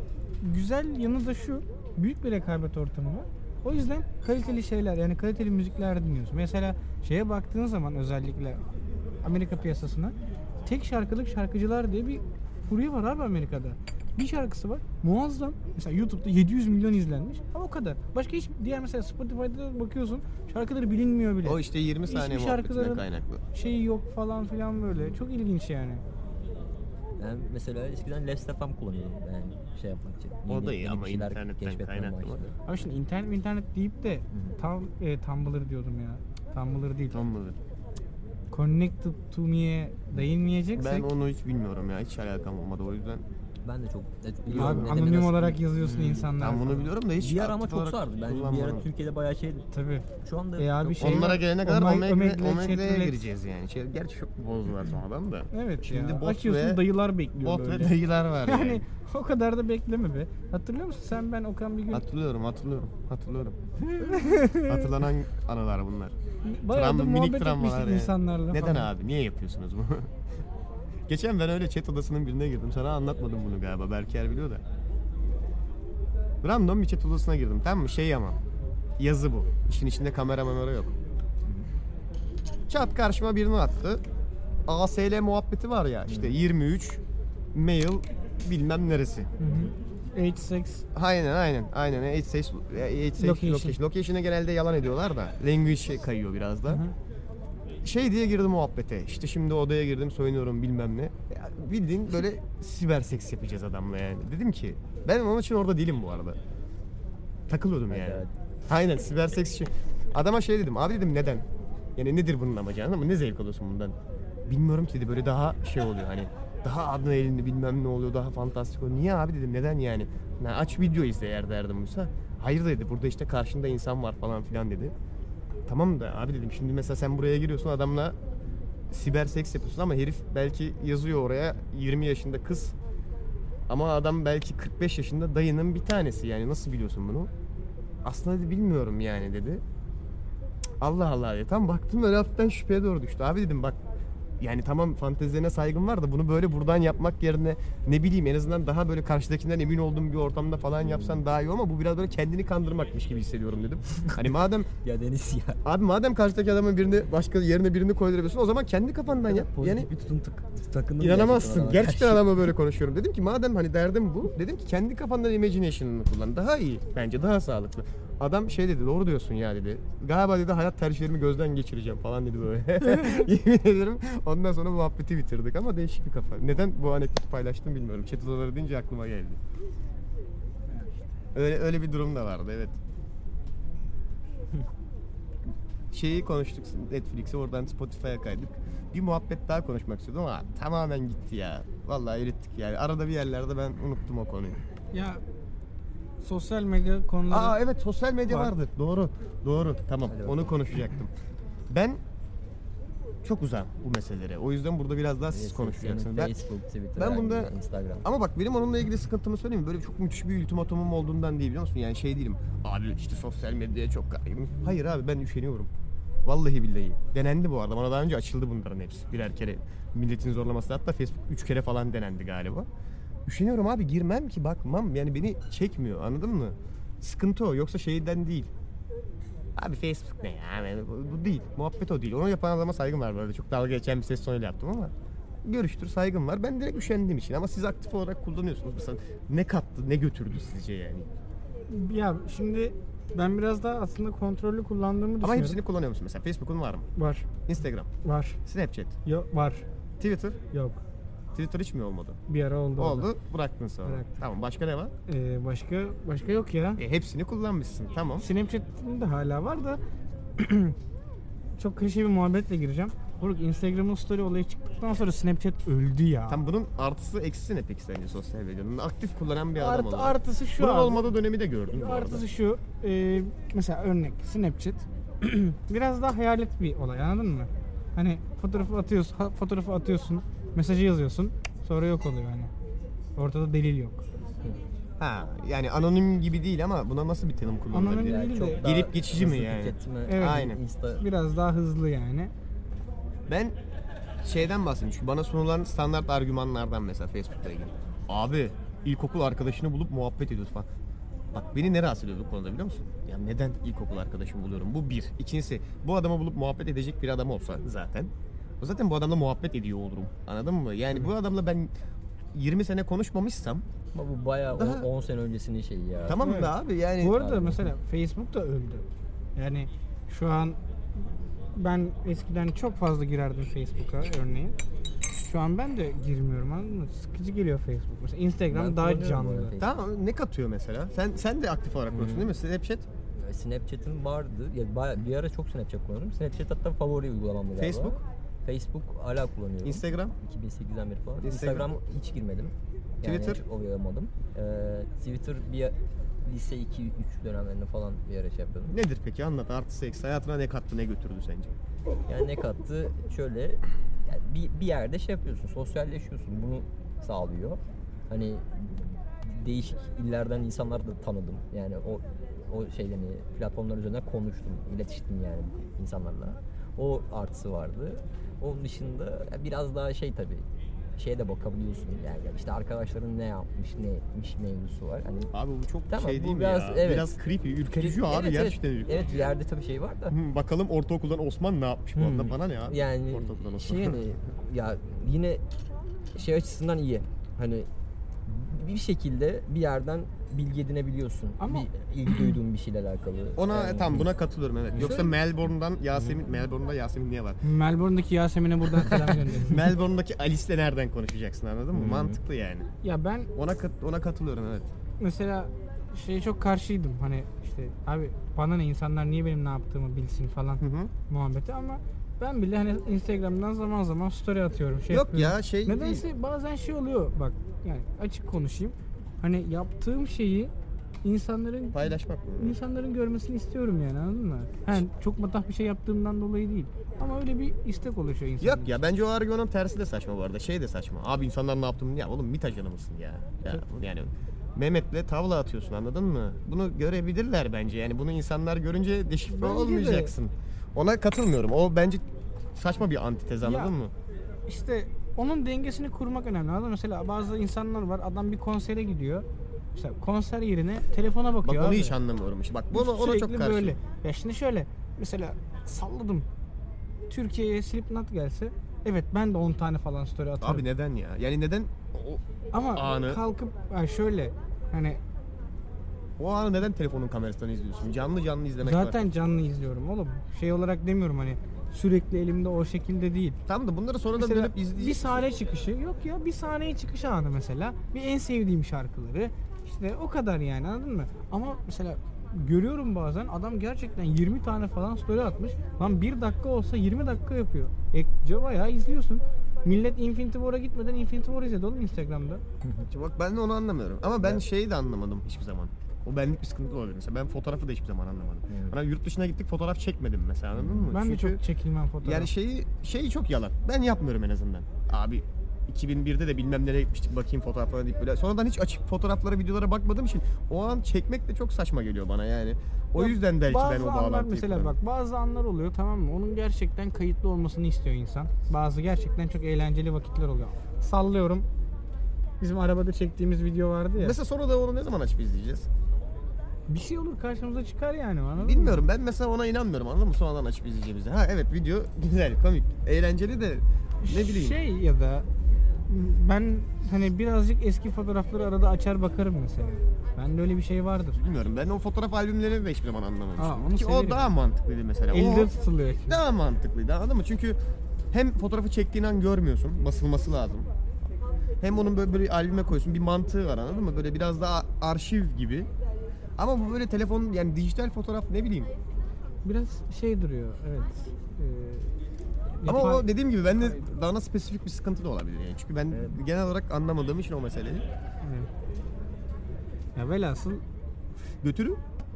Speaker 5: güzel yanı da şu büyük bir rekabet ortamı var. O yüzden kaliteli şeyler yani kaliteli müzikler dinliyorsun. Mesela şeye baktığın zaman özellikle Amerika piyasasına tek şarkılık şarkıcılar diye bir furya var abi Amerika'da. Bir şarkısı var muazzam. Mesela YouTube'da 700 milyon izlenmiş ama o kadar. Başka hiç diğer mesela Spotify'da bakıyorsun şarkıları bilinmiyor bile.
Speaker 3: O işte 20
Speaker 5: Hiçbir
Speaker 3: saniye muhabbetinden
Speaker 5: şarkıların-
Speaker 3: kaynaklı.
Speaker 5: Şeyi yok falan filan böyle. Çok ilginç yani.
Speaker 1: Ben Ee, mesela eskiden Last FM kullanıyordum ben şey yapmak için.
Speaker 3: O da iyi
Speaker 1: yeni
Speaker 3: ama
Speaker 1: bir şeyler
Speaker 3: internetten
Speaker 1: keşfetmeye
Speaker 3: kaynaklı
Speaker 1: başladım.
Speaker 3: olarak.
Speaker 5: Abi şimdi internet mi internet deyip de tam e, Tumblr diyordum ya. Tumblr değil.
Speaker 3: Anladım.
Speaker 5: Connected to me'ye dayanmayacaksın.
Speaker 3: Ben onu hiç bilmiyorum ya. Hiç alakam olmadı o yüzden.
Speaker 1: Ben de çok net
Speaker 5: Abi
Speaker 1: biliyorum. ne
Speaker 5: anonim
Speaker 1: demek-
Speaker 5: olarak yazıyorsun insanlara.
Speaker 3: Ben bunu
Speaker 5: falan.
Speaker 3: biliyorum da hiç
Speaker 1: Bir ara ama
Speaker 3: aktif
Speaker 1: çok
Speaker 3: olarak
Speaker 1: sardı. Ben bir
Speaker 3: kullanmadım.
Speaker 1: ara Türkiye'de bayağı şeydi.
Speaker 5: Tabii.
Speaker 1: Şu anda
Speaker 5: E abi
Speaker 1: çok-
Speaker 5: şey-
Speaker 3: Onlara gelene kadar
Speaker 5: Omeg-
Speaker 3: Omegle,
Speaker 5: Omegle,
Speaker 3: Omegle'ye
Speaker 5: Chatterley.
Speaker 3: gireceğiz yani. Şey, gerçi çok bozdular sonradan da.
Speaker 5: Evet
Speaker 3: Şimdi
Speaker 5: ya.
Speaker 3: bot
Speaker 5: Açıyorsun
Speaker 3: ve-
Speaker 5: dayılar bekliyor
Speaker 3: Bot ve
Speaker 5: böyle.
Speaker 3: dayılar var yani.
Speaker 5: *laughs* yani o kadar da bekleme be. Hatırlıyor musun sen ben Okan bir gün
Speaker 3: Hatırlıyorum, hatırlıyorum,
Speaker 5: *laughs*
Speaker 3: hatırlıyorum. Hatırlanan anılar bunlar.
Speaker 5: bayağı da
Speaker 3: Travma,
Speaker 5: muhabbet
Speaker 3: minik travmalar
Speaker 5: etmiştik
Speaker 3: yani.
Speaker 5: insanlarla
Speaker 3: Neden
Speaker 5: falan.
Speaker 3: abi? Niye yapıyorsunuz bunu? *laughs* Geçen ben öyle chat odasının birine girdim. Sana anlatmadım bunu galiba. Belki yer biliyor da. Random bir chat odasına girdim. Tamam mı? Şey ama. Yazı bu. İşin içinde kamera mamera yok. Çat karşıma birini attı. ASL muhabbeti var ya. işte
Speaker 5: Hmm.
Speaker 3: 23 mail bilmem neresi.
Speaker 5: Age sex.
Speaker 3: Aynen aynen aynen. E, HSS, HSS
Speaker 5: Location.
Speaker 3: location. location. Location'a genelde yalan ediyorlar da. Language kayıyor biraz da. Şey diye girdim muhabbete. İşte şimdi odaya girdim soyunuyorum bilmem ne. Ya bildiğin böyle siber seks yapacağız adamla yani. Dedim ki ben onun için orada değilim bu arada. Takılıyordum yani.
Speaker 1: evet.
Speaker 3: Aynen siber seks için. Adama şey dedim abi dedim neden? Yani nedir bunun amacı ama ne zevk alıyorsun bundan? Bilmiyorum ki dedi böyle daha şey oluyor hani daha adına elini bilmem ne oluyor daha fantastik oluyor. Niye abi dedim neden yani? "Ya aç video izle eğer derdim Musa. Hayır dedi burada işte karşında insan var falan filan dedi. Tamam da abi dedim şimdi mesela sen buraya giriyorsun adamla siber seks yapıyorsun ama herif belki yazıyor oraya 20 yaşında kız ama adam belki 45 yaşında dayının bir tanesi yani nasıl biliyorsun bunu? Aslında dedi, bilmiyorum yani dedi. Cık, Allah Allah dedi. Tam baktım böyle hafiften şüpheye doğru düştü. Abi dedim bak yani tamam fantezilerine saygım var da bunu böyle buradan yapmak yerine ne bileyim en azından daha böyle karşıdakinden emin olduğum bir ortamda falan yapsan daha iyi ama bu biraz böyle kendini kandırmakmış gibi hissediyorum dedim. hani madem
Speaker 1: Ya Deniz
Speaker 5: *laughs*
Speaker 1: ya.
Speaker 3: Abi madem karşıdaki adamın birini başka yerine birini koyduruyorsun o zaman kendi kafandan yap.
Speaker 1: Pozitif
Speaker 3: Yani
Speaker 1: bir tutum tık- takındım.
Speaker 3: inanamazsın.
Speaker 1: gerçekten adama
Speaker 5: *laughs*
Speaker 3: Gerçekten adama böyle konuşuyorum. Dedim ki madem hani derdim bu. Dedim ki kendi kafandan imagination'ını kullan. Daha iyi. Bence daha sağlıklı. Adam şey dedi doğru diyorsun ya dedi. Galiba dedi hayat tercihlerimi gözden geçireceğim falan dedi böyle. *laughs* Yemin ederim ondan sonra muhabbeti bitirdik ama değişik bir kafa. Neden bu anekdotu paylaştım bilmiyorum. Chat odaları deyince aklıma geldi. Öyle öyle bir durum da vardı evet. şeyi konuştuk Netflix'e oradan Spotify'a kaydık. Bir muhabbet daha konuşmak istiyordum ama tamamen gitti ya. Vallahi erittik yani. Arada bir yerlerde ben unuttum o konuyu.
Speaker 5: Ya sosyal medya konuları.
Speaker 3: Aa evet sosyal medya
Speaker 5: Var.
Speaker 3: vardı. Doğru. Doğru. Tamam.
Speaker 1: Hadi
Speaker 3: Onu konuşacaktım. Ben çok uzağım bu meselelere. O yüzden burada biraz daha siz
Speaker 1: karşı-
Speaker 3: konuşacaksınız. Ben,
Speaker 1: Facebook, Twitter,
Speaker 3: ben bunda-
Speaker 1: Instagram.
Speaker 3: ama bak benim onunla ilgili sıkıntımı söyleyeyim mi? Böyle çok müthiş bir ultimatumum olduğundan değil biliyor musun? Yani şey değilim. Abi işte sosyal medyaya çok karayım. Hayır abi ben üşeniyorum. Vallahi billahi. Denendi bu arada. Bana daha önce açıldı bunların hepsi. Birer kere milletin zorlaması. Hatta Facebook 3 kere falan denendi galiba. Üşeniyorum abi girmem ki bakmam. Yani beni çekmiyor anladın mı? Sıkıntı o. Yoksa şeyden değil. Abi Facebook ne ya? Yani bu- Bu değil. Muhabbet o değil. Onu yapan adama saygım var böyle. Çok dalga geçen bir ses tonuyla yaptım ama görüştür saygım var. Ben direkt üşendiğim için ama siz aktif olarak kullanıyorsunuz. Mesela ne kattı ne götürdü sizce yani?
Speaker 5: Ya şimdi ben biraz daha aslında kontrollü kullandığımı
Speaker 3: Ama
Speaker 5: düşünüyorum.
Speaker 3: hepsini kullanıyor musun mesela? Facebook'un var mı?
Speaker 5: Var.
Speaker 3: Instagram,
Speaker 5: Var.
Speaker 3: Snapchat,
Speaker 5: Yok var.
Speaker 3: Twitter.
Speaker 5: Yok.
Speaker 3: Twitter hiç mi olmadı?
Speaker 5: Bir ara oldu. o da.
Speaker 3: Oldu. Bıraktın sonra.
Speaker 5: Bıraktım.
Speaker 3: Tamam başka ne var?
Speaker 5: Ee, başka başka yok ya.
Speaker 3: E, hepsini kullanmışsın. Tamam.
Speaker 5: Snapchat'im de hala var da *clears throat* çok klişe bir muhabbetle gireceğim. Buruk Instagram'ın story olayı çıktıktan sonra Snapchat öldü ya.
Speaker 3: Tam bunun artısı eksisi ne peki sence sosyal medyanın? Aktif kullanan bir adam
Speaker 5: Art,
Speaker 3: olarak.
Speaker 5: artısı şu
Speaker 3: Bunun
Speaker 5: abi.
Speaker 3: olmadığı dönemi de gördüm bu arada.
Speaker 5: Artısı şu. e, mesela örnek Snapchat *clears throat* biraz daha hayalet bir olay anladın mı? Hani fotoğrafı atıyorsun, ha- fotoğrafı atıyorsun, mesajı yazıyorsun, sonra yok oluyor hani. Ortada delil yok.
Speaker 3: Ha, yani anonim gibi değil ama buna nasıl bir tanım kullanılabilir?
Speaker 5: Anonim değil de-
Speaker 3: Gelip geçici mi
Speaker 1: hızlı
Speaker 3: yani?
Speaker 1: tüketme,
Speaker 5: Evet.
Speaker 3: Aynen.
Speaker 1: Insta
Speaker 5: Biraz daha hızlı yani.
Speaker 3: Ben şeyden bahsedeyim çünkü bana sunulan standart argümanlardan mesela Facebook'ta ilgili. Abi ilkokul arkadaşını bulup muhabbet ediyoruz falan. Bak beni ne rahatsız ediyor bu konuda biliyor musun? Ya neden ilkokul arkadaşımı buluyorum? Bu bir. İkincisi bu adamı bulup muhabbet edecek bir adam olsa zaten. O zaten bu adamla muhabbet ediyor olurum. Anladın mı? Yani bu adamla ben 20 sene konuşmamışsam
Speaker 1: Ama bu bayağı
Speaker 3: Daha-
Speaker 1: 10 sene öncesinin şeyi ya.
Speaker 3: tamam mı abi yani
Speaker 5: Bu arada mesela Facebook da öldü. Yani şu an ben eskiden çok fazla girerdim Facebook'a örneğin. Şu an ben de girmiyorum anladın mı? Sıkıcı geliyor Facebook. Mesela Instagram
Speaker 1: Ben
Speaker 5: daha
Speaker 1: kullanıyorum bu
Speaker 5: canlı.
Speaker 1: arada Facebook'u.
Speaker 3: tamam ne katıyor mesela? Sen sen de aktif olarak konuştun değil mi?
Speaker 1: Hmm.
Speaker 3: Snapchat
Speaker 1: Ya Snapchat'im vardı. Ya bayağı- bir ara çok Snapchat kullanırım. Snapchat hatta favori uygulamamdı galiba.
Speaker 3: Facebook?
Speaker 1: Facebook hala kullanıyorum.
Speaker 3: Instagram?
Speaker 1: 2008'den beri falan.
Speaker 3: Instagram?
Speaker 1: Instagram, hiç girmedim. Yani
Speaker 3: Twitter?
Speaker 1: hiç oynamadım. Ee, Twitter bir lise 2-3 dönemlerinde falan bir ara şey yapıyordum.
Speaker 3: Nedir peki anlat artısı eksi hayatına ne kattı ne götürdü sence?
Speaker 1: Yani ne kattı? Şöyle yani bir, bir yerde şey yapıyorsun, sosyalleşiyorsun. Bunu sağlıyor. Hani değişik illerden insanlar da tanıdım. Yani o o şeyden hani platformlar üzerinden konuştum, iletiştim yani insanlarla. O artısı vardı. Onun dışında ya biraz daha şey tabii şeye de bakabiliyorsun yani işte arkadaşların ne yapmış, ne etmiş mevzusu var. Hani
Speaker 3: Abi bu çok
Speaker 1: Tamam,
Speaker 3: şey
Speaker 1: bu
Speaker 3: değil mi
Speaker 1: biraz-
Speaker 3: ya?
Speaker 1: evet.
Speaker 3: Biraz creepy, ürkütücü
Speaker 1: Evet,
Speaker 3: abi
Speaker 1: evet,
Speaker 3: gerçekten
Speaker 1: Evet,
Speaker 3: ürkütücü.
Speaker 1: evet bir yerde tabii şey var da.
Speaker 3: Hmm, bakalım ortaokuldan Osman ne yapmış bu
Speaker 1: Hmm.
Speaker 3: arada bana ne abi?
Speaker 1: Yani
Speaker 3: ortaokuldan Osman.
Speaker 1: şey hani ya yine şey açısından iyi. Hani bir şekilde bir yerden bilgi edinebiliyorsun.
Speaker 5: Ama-
Speaker 1: bir ilgi duyduğun bir şeyle alakalı.
Speaker 3: *laughs* Ona
Speaker 1: Yani-
Speaker 3: tam buna katılıyorum evet. Yoksa
Speaker 5: Şöyle-
Speaker 3: Melbourne'dan
Speaker 1: Hmm.
Speaker 3: Yasemin, Melbourne'da Yasemin niye var?
Speaker 5: Melbourne'daki Yasemin'e buradan *laughs* selam gönderiyorum.
Speaker 3: Melbourne'daki Alice'le nereden konuşacaksın anladın
Speaker 1: Hmm.
Speaker 3: mı? Mantıklı yani.
Speaker 5: ya ben
Speaker 3: Ona kat, ona katılıyorum evet.
Speaker 5: mesela şeye çok karşıydım. Hani işte abi bana ne insanlar niye benim ne yaptığımı bilsin falan
Speaker 3: Hı hı.
Speaker 5: muhabbeti ama ben bile hani Instagram'dan zaman zaman story atıyorum. Şey
Speaker 3: Yok
Speaker 5: yapıyorum.
Speaker 3: ya şey değil.
Speaker 5: Nedense bazen şey oluyor bak yani açık konuşayım. Hani yaptığım şeyi insanların
Speaker 3: Paylaşmak mı?
Speaker 5: insanların görmesini istiyorum yani anladın mı? Yani çok matah bir şey yaptığımdan dolayı değil. Ama öyle bir istek oluşuyor insanın.
Speaker 3: Yok ya bence o argümanın tersi de saçma bu arada. Şey de saçma. Abi insanlar ne yaptım? Ya oğlum mit ajanı mısın ya? ya yani Mehmet'le tavla atıyorsun anladın mı? Bunu görebilirler bence. Yani bunu insanlar görünce deşifre
Speaker 5: Bence de.
Speaker 3: olmayacaksın. Ona katılmıyorum. O bence saçma bir antitez anladın
Speaker 5: Ya.
Speaker 3: mı?
Speaker 5: İşte onun dengesini kurmak önemli. Anladın mı? Mesela bazı insanlar var adam bir konsere gidiyor. Mesela konser yerine telefona
Speaker 3: Bak
Speaker 5: bakıyor
Speaker 3: onu
Speaker 5: abi. şey
Speaker 3: hiç anlamıyorum. işte. Bak bunu ona
Speaker 5: Sürekli
Speaker 3: çok karşı.
Speaker 5: böyle. Ya şimdi şöyle mesela salladım. Türkiye'ye Slipknot gelse evet ben de 10 tane falan story atarım.
Speaker 3: Abi neden ya? Yani neden o,
Speaker 5: Ama
Speaker 3: anı-
Speaker 5: kalkıp ha şöyle hani
Speaker 3: o anı neden telefonun kamerasından izliyorsun? Canlı canlı izlemek var.
Speaker 5: zaten canlı izliyorum oğlum. Şey olarak demiyorum hani sürekli elimde o şekilde değil.
Speaker 3: Tamam da bunları sonradan
Speaker 5: Mesela
Speaker 3: dönüp izleyeceksin.
Speaker 5: bir sahne çıkışı yok ya bir sahneye çıkış anı mesela. Bir en sevdiğim şarkıları. İşte o kadar yani anladın mı? Ama mesela görüyorum bazen adam gerçekten 20 tane falan story atmış. Lan bir dakika olsa 20 dakika yapıyor. E bayağı izliyorsun. Millet Infinity War'a gitmeden Infinity War izledi oğlum Instagram'da.
Speaker 3: İşte Bak ben de onu anlamıyorum. Ama ben şeyi de anlamadım hiçbir zaman. O benlik bir sıkıntı olabilir. Mesela ben fotoğrafı da hiçbir zaman anlamadım.
Speaker 1: Evet.
Speaker 3: Bana yurt dışına gittik fotoğraf çekmedim mesela anladın mı?
Speaker 5: Ben de
Speaker 3: Çünkü
Speaker 5: çok çekilmem fotoğraf.
Speaker 3: Yani şeyi şeyi çok yalan. Ben yapmıyorum en azından. Abi 2001'de de bilmem nereye gitmiştik bakayım fotoğraflarına deyip böyle. Sonradan hiç açıp fotoğraflara, videolara bakmadığım için o an çekmek de çok saçma geliyor bana yani. O
Speaker 5: Ya
Speaker 3: yüzden belki
Speaker 5: bazı
Speaker 3: ben o
Speaker 5: anlar
Speaker 3: bağlantıyı
Speaker 5: mesela
Speaker 3: kuramıyorum.
Speaker 5: bak bazı anlar oluyor tamam mı? Onun gerçekten kayıtlı olmasını istiyor insan. Bazı gerçekten çok eğlenceli vakitler oluyor. Sallıyorum. Bizim arabada çektiğimiz video vardı ya.
Speaker 3: Mesela sonra da onu ne zaman açıp izleyeceğiz?
Speaker 5: bir şey olur karşımıza çıkar yani anladın mı?
Speaker 3: Bilmiyorum ben mesela ona inanmıyorum anladın mı? Sonradan açıp izleyeceğimizi. Ha evet video *laughs* güzel, komik, eğlenceli de ne bileyim.
Speaker 5: Şey ya da ben hani birazcık eski fotoğrafları arada açar bakarım mesela. Bende öyle bir şey vardır.
Speaker 3: Bilmiyorum ben o fotoğraf albümlerini de hiçbir zaman
Speaker 5: Aa,
Speaker 3: anlamamıştım.
Speaker 5: onu
Speaker 3: Ki o
Speaker 5: severim.
Speaker 3: daha mantıklıydı mesela.
Speaker 5: Elde
Speaker 3: o
Speaker 5: tutuluyor. şimdi.
Speaker 3: daha mantıklıydı anladın mı? Çünkü hem fotoğrafı çektiğin an görmüyorsun. Basılması lazım. Hem onun böyle, böyle albüme koyuyorsun. Bir mantığı var anladın mı? Böyle biraz daha arşiv gibi. Ama bu böyle telefon yani dijital fotoğraf ne bileyim.
Speaker 5: Biraz şey duruyor evet. Ee,
Speaker 3: Ama
Speaker 5: yapay-
Speaker 3: o dediğim gibi bende daha spesifik bir sıkıntı da olabilir yani. Çünkü ben genel olarak anlamadığım için o meseleyi.
Speaker 5: Evet. Ya velhasıl
Speaker 3: Götürü,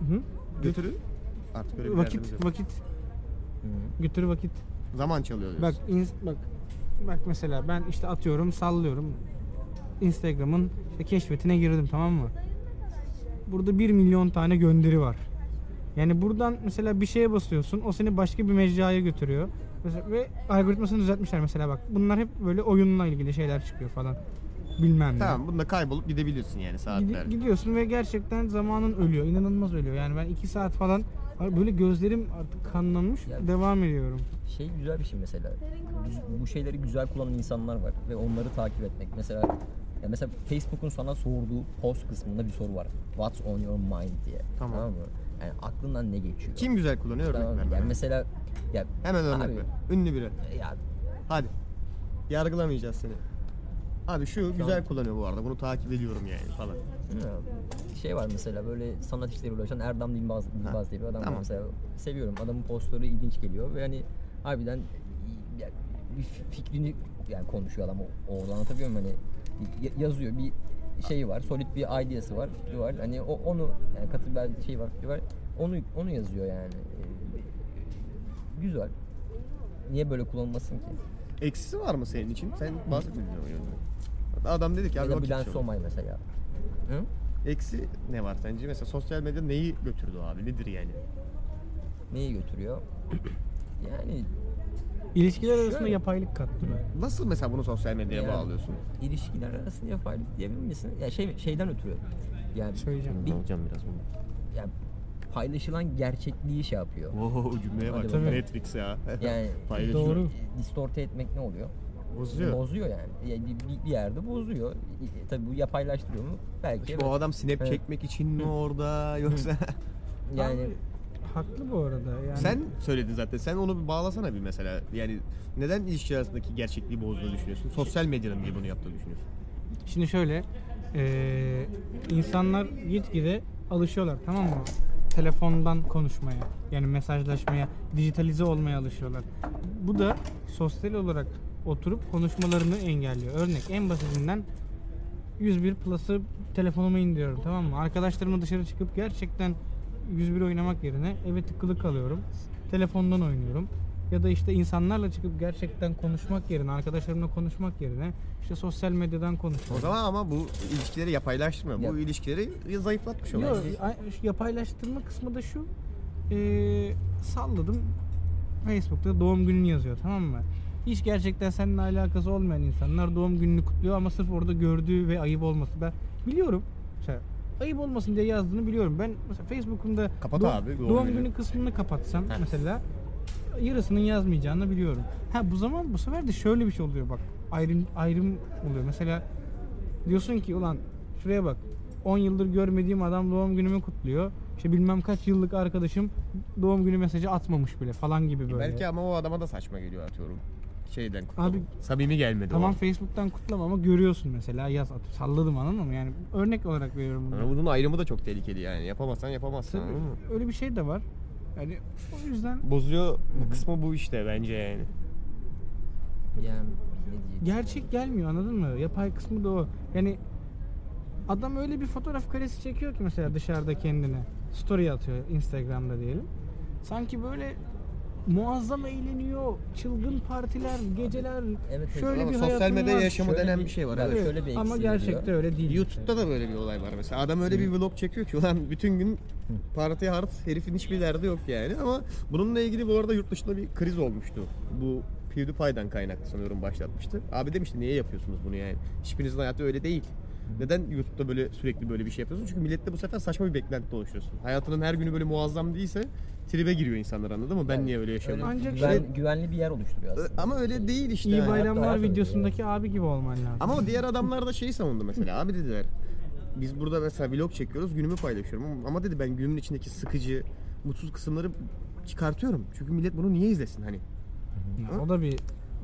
Speaker 5: hı?
Speaker 3: götürü. Artık öyle bir derdimiz
Speaker 5: vakit
Speaker 3: yok.
Speaker 5: vakit götür vakit.
Speaker 3: Zaman çalıyor diyorsun.
Speaker 5: Bak ins- bak bak mesela ben işte atıyorum sallıyorum. Instagram'ın işte keşfetine girdim tamam mı? Burada 1 milyon tane gönderi var. Yani buradan mesela bir şeye basıyorsun o seni başka bir mecraya götürüyor. Mesela, ve algoritmasını düzeltmişler mesela bak. Bunlar hep böyle oyunla ilgili şeyler çıkıyor falan. Bilmem ne.
Speaker 3: Tamam bunda kaybolup gidebilirsin yani
Speaker 5: Gidi-
Speaker 3: saatler.
Speaker 5: gidiyorsun ve gerçekten zamanın ölüyor. inanılmaz ölüyor. Yani ben 2 saat falan böyle gözlerim artık kanlanmış.
Speaker 1: Ya-
Speaker 5: Devam ediyorum.
Speaker 1: şey güzel bir şey mesela. Güz- Bu şeyleri güzel kullanan insanlar var ve onları takip etmek. Mesela ya mesela Facebook'un sana sorduğu post kısmında bir soru var. What's on your mind diye.
Speaker 3: Tamam.
Speaker 1: mı? Yani aklından ne geçiyor?
Speaker 3: Kim güzel kullanıyor örnek
Speaker 1: Tamam mı?
Speaker 3: ver bana.
Speaker 1: Yani mesela ya
Speaker 3: Hemen örnek
Speaker 1: Abi.
Speaker 3: ver. Ünlü biri.
Speaker 1: ya
Speaker 3: Hadi. Yargılamayacağız seni. Abi şu güzel
Speaker 1: an-
Speaker 3: kullanıyor bu arada. Bunu takip ediyorum yani falan.
Speaker 1: bilmiyorum. şey var mesela böyle sanat işleriyle uğraşan Erdem Dilbaz, Dilbaz diye bir adam
Speaker 3: tamam.
Speaker 1: var mesela. Seviyorum. Adamın postları ilginç geliyor ve hani harbiden ya, bir fikrini yani konuşuyor adam O- orada anlatabiliyor muyum? Hani ya- yazıyor bir şeyi var, solid bir ideası var, fikri var. Hani o, onu yani katı bir şey var, fikri var. Onu onu yazıyor yani. Ee, Güzel. Niye böyle kullanılmasın ki?
Speaker 3: Eksisi var mı senin için? Sen bahsetmeyeceksin o yönde. Adam dedi ki
Speaker 1: Ya
Speaker 3: abi
Speaker 1: da
Speaker 3: vakit
Speaker 1: Bülent
Speaker 3: çok.
Speaker 1: Somay mesela. Hı?
Speaker 3: Eksi ne var sence? Mesela sosyal medya neyi götürdü abi? Nedir yani?
Speaker 1: Neyi
Speaker 3: *clears throat*
Speaker 1: götürüyor? yani
Speaker 5: İlişkiler arasında
Speaker 1: Şöyle.
Speaker 5: yapaylık kattı be.
Speaker 3: Nasıl mesela bunu sosyal medyaya
Speaker 1: Yani-
Speaker 3: bağlıyorsun?
Speaker 1: ilişkiler arasında yapaylık diyebilir misin? Ya şey şeyden ötürü. Yani
Speaker 5: Söyleyeceğim.
Speaker 1: bir
Speaker 3: Alacağım biraz bunu.
Speaker 1: yani paylaşılan gerçekliği şey yapıyor.
Speaker 3: Oo cümleye bak.
Speaker 1: Hadi
Speaker 5: bakalım.
Speaker 3: Matrix ya.
Speaker 1: Yani
Speaker 3: *laughs* Paylaşıyor.
Speaker 5: doğru.
Speaker 1: e, distorte etmek ne oluyor?
Speaker 3: Bozuyor.
Speaker 1: Bozuyor yani. Ya bir, bir- bir yerde bozuyor. E, Tabii bu yapaylaştırıyor mu? Belki
Speaker 3: Şimdi o
Speaker 1: evet.
Speaker 3: adam snap
Speaker 1: Evet.
Speaker 3: çekmek için mi orada yoksa?
Speaker 1: yani
Speaker 5: Haklı bu arada yani.
Speaker 3: Sen söyledin zaten. Sen onu bir bağlasana bir mesela. Yani neden ilişki arasındaki gerçekliği bozduğunu düşünüyorsun? Sosyal medyanın niye bunu yaptığını düşünüyorsun?
Speaker 5: Şimdi şöyle eee, insanlar gitgide alışıyorlar tamam mı? Telefondan konuşmaya yani mesajlaşmaya, dijitalize olmaya alışıyorlar. Bu da sosyal olarak oturup konuşmalarını engelliyor. Örnek en basitinden 101 Plus'ı telefonuma indiriyorum tamam mı? Arkadaşlarımla dışarı çıkıp gerçekten 101 oynamak yerine eve tıkılı kalıyorum. Telefondan oynuyorum. Ya da işte insanlarla çıkıp gerçekten konuşmak yerine, arkadaşlarımla konuşmak yerine işte sosyal medyadan
Speaker 3: O
Speaker 5: konuşuyorum.
Speaker 3: zaman ama bu ilişkileri yapaylaştırmıyor.
Speaker 1: Ya-
Speaker 3: Bu ilişkileri zayıflatmış oluyor.
Speaker 5: Yok, ay- şu yapaylaştırma kısmı da şu. Ee, salladım. Facebook'ta doğum gününü yazıyor tamam mı? Hiç gerçekten seninle alakası olmayan insanlar doğum gününü kutluyor ama sırf orada gördüğü ve ayıp olması. Ben biliyorum. Mesela ayıp olmasın diye yazdığını biliyorum. Ben mesela Facebook'umda
Speaker 3: Kapat
Speaker 5: doğum-
Speaker 3: abi, doğum
Speaker 5: doğum
Speaker 3: günü.
Speaker 5: günü kısmını kapatsam mesela yarısının yazmayacağını biliyorum. Ha bu zaman bu sefer de şöyle bir şey oluyor bak. Ayrım ayrım oluyor. Mesela diyorsun ki ulan şuraya bak 10 yıldır görmediğim adam doğum günümü kutluyor. İşte bilmem kaç yıllık arkadaşım doğum günü mesajı atmamış bile falan gibi böyle.
Speaker 3: Belki ama o adama da saçma geliyor atıyorum. Şeyden kutlama.
Speaker 5: Abi-
Speaker 3: Samimi gelmedi
Speaker 5: Tamam
Speaker 3: tamam.
Speaker 5: Facebook'tan kutlama ama görüyorsun mesela yaz at. Salladım anladın mı? Yani örnek olarak veriyorum bunu.
Speaker 3: Bunun ayrımı da çok tehlikeli yani. Yapamazsan yapamazsın.
Speaker 5: Tabii,
Speaker 3: anladın mı?
Speaker 5: öyle bir şey de var. Yani o yüzden
Speaker 3: Bozuyor bu kısmı bu işte bence yani.
Speaker 1: yani ne diyeyim?
Speaker 5: gerçek gelmiyor anladın mı? Yapay kısmı da o. Yani adam öyle bir fotoğraf karesi çekiyor ki mesela dışarıda kendine. Story atıyor Instagram'da diyelim. Sanki böyle muazzam eğleniyor. Çılgın partiler, geceler.
Speaker 1: Evet, evet.
Speaker 5: şöyle
Speaker 3: Ama
Speaker 5: bir
Speaker 3: sosyal
Speaker 5: hayatım
Speaker 3: medyada
Speaker 5: var.
Speaker 3: yaşama
Speaker 1: Şöyle
Speaker 3: denen
Speaker 1: bir-
Speaker 3: bir şey var.
Speaker 1: bak,
Speaker 3: Evet.
Speaker 1: şöyle bir
Speaker 5: Ama
Speaker 1: eksiği
Speaker 5: gerçekte
Speaker 1: diyor.
Speaker 5: öyle değil.
Speaker 3: YouTube'da da böyle bir olay var mesela. Adam öyle bir vlog çekiyor ki ulan bütün gün parti hard herifin hiçbir derdi yok yani. Ama bununla ilgili bu arada yurt dışında bir kriz olmuştu. Bu PewDiePie'den kaynaklı sanıyorum başlatmıştı. Abi demişti niye yapıyorsunuz bunu yani? Hiçbirinizin hayatı öyle değil. Neden YouTube'da böyle sürekli böyle bir şey yapıyorsun? Çünkü millette bu sefer saçma bir beklenti oluşturuyorsun. Hayatının her günü böyle muazzam değilse tribe giriyor insanlar anladın mı? Ben
Speaker 1: Evet.
Speaker 3: niye öyle
Speaker 1: Öyle
Speaker 3: yaşamıyorum?
Speaker 5: Ancak
Speaker 1: güven-
Speaker 3: şey-
Speaker 1: güvenli bir yer oluşturuyor aslında.
Speaker 3: Ama öyle değil işte.
Speaker 5: İyi
Speaker 3: yani.
Speaker 5: bayramlar
Speaker 1: hayat öyle
Speaker 5: videosundaki abi gibi olman lazım.
Speaker 3: Ama o diğer adamlar da şeyi savundu mesela. Abi dediler biz burada mesela vlog çekiyoruz günümü paylaşıyorum Ama- ama dedi ben günümün içindeki sıkıcı mutsuz kısımları çıkartıyorum. Çünkü millet bunu niye izlesin hani.
Speaker 5: Ya o da bir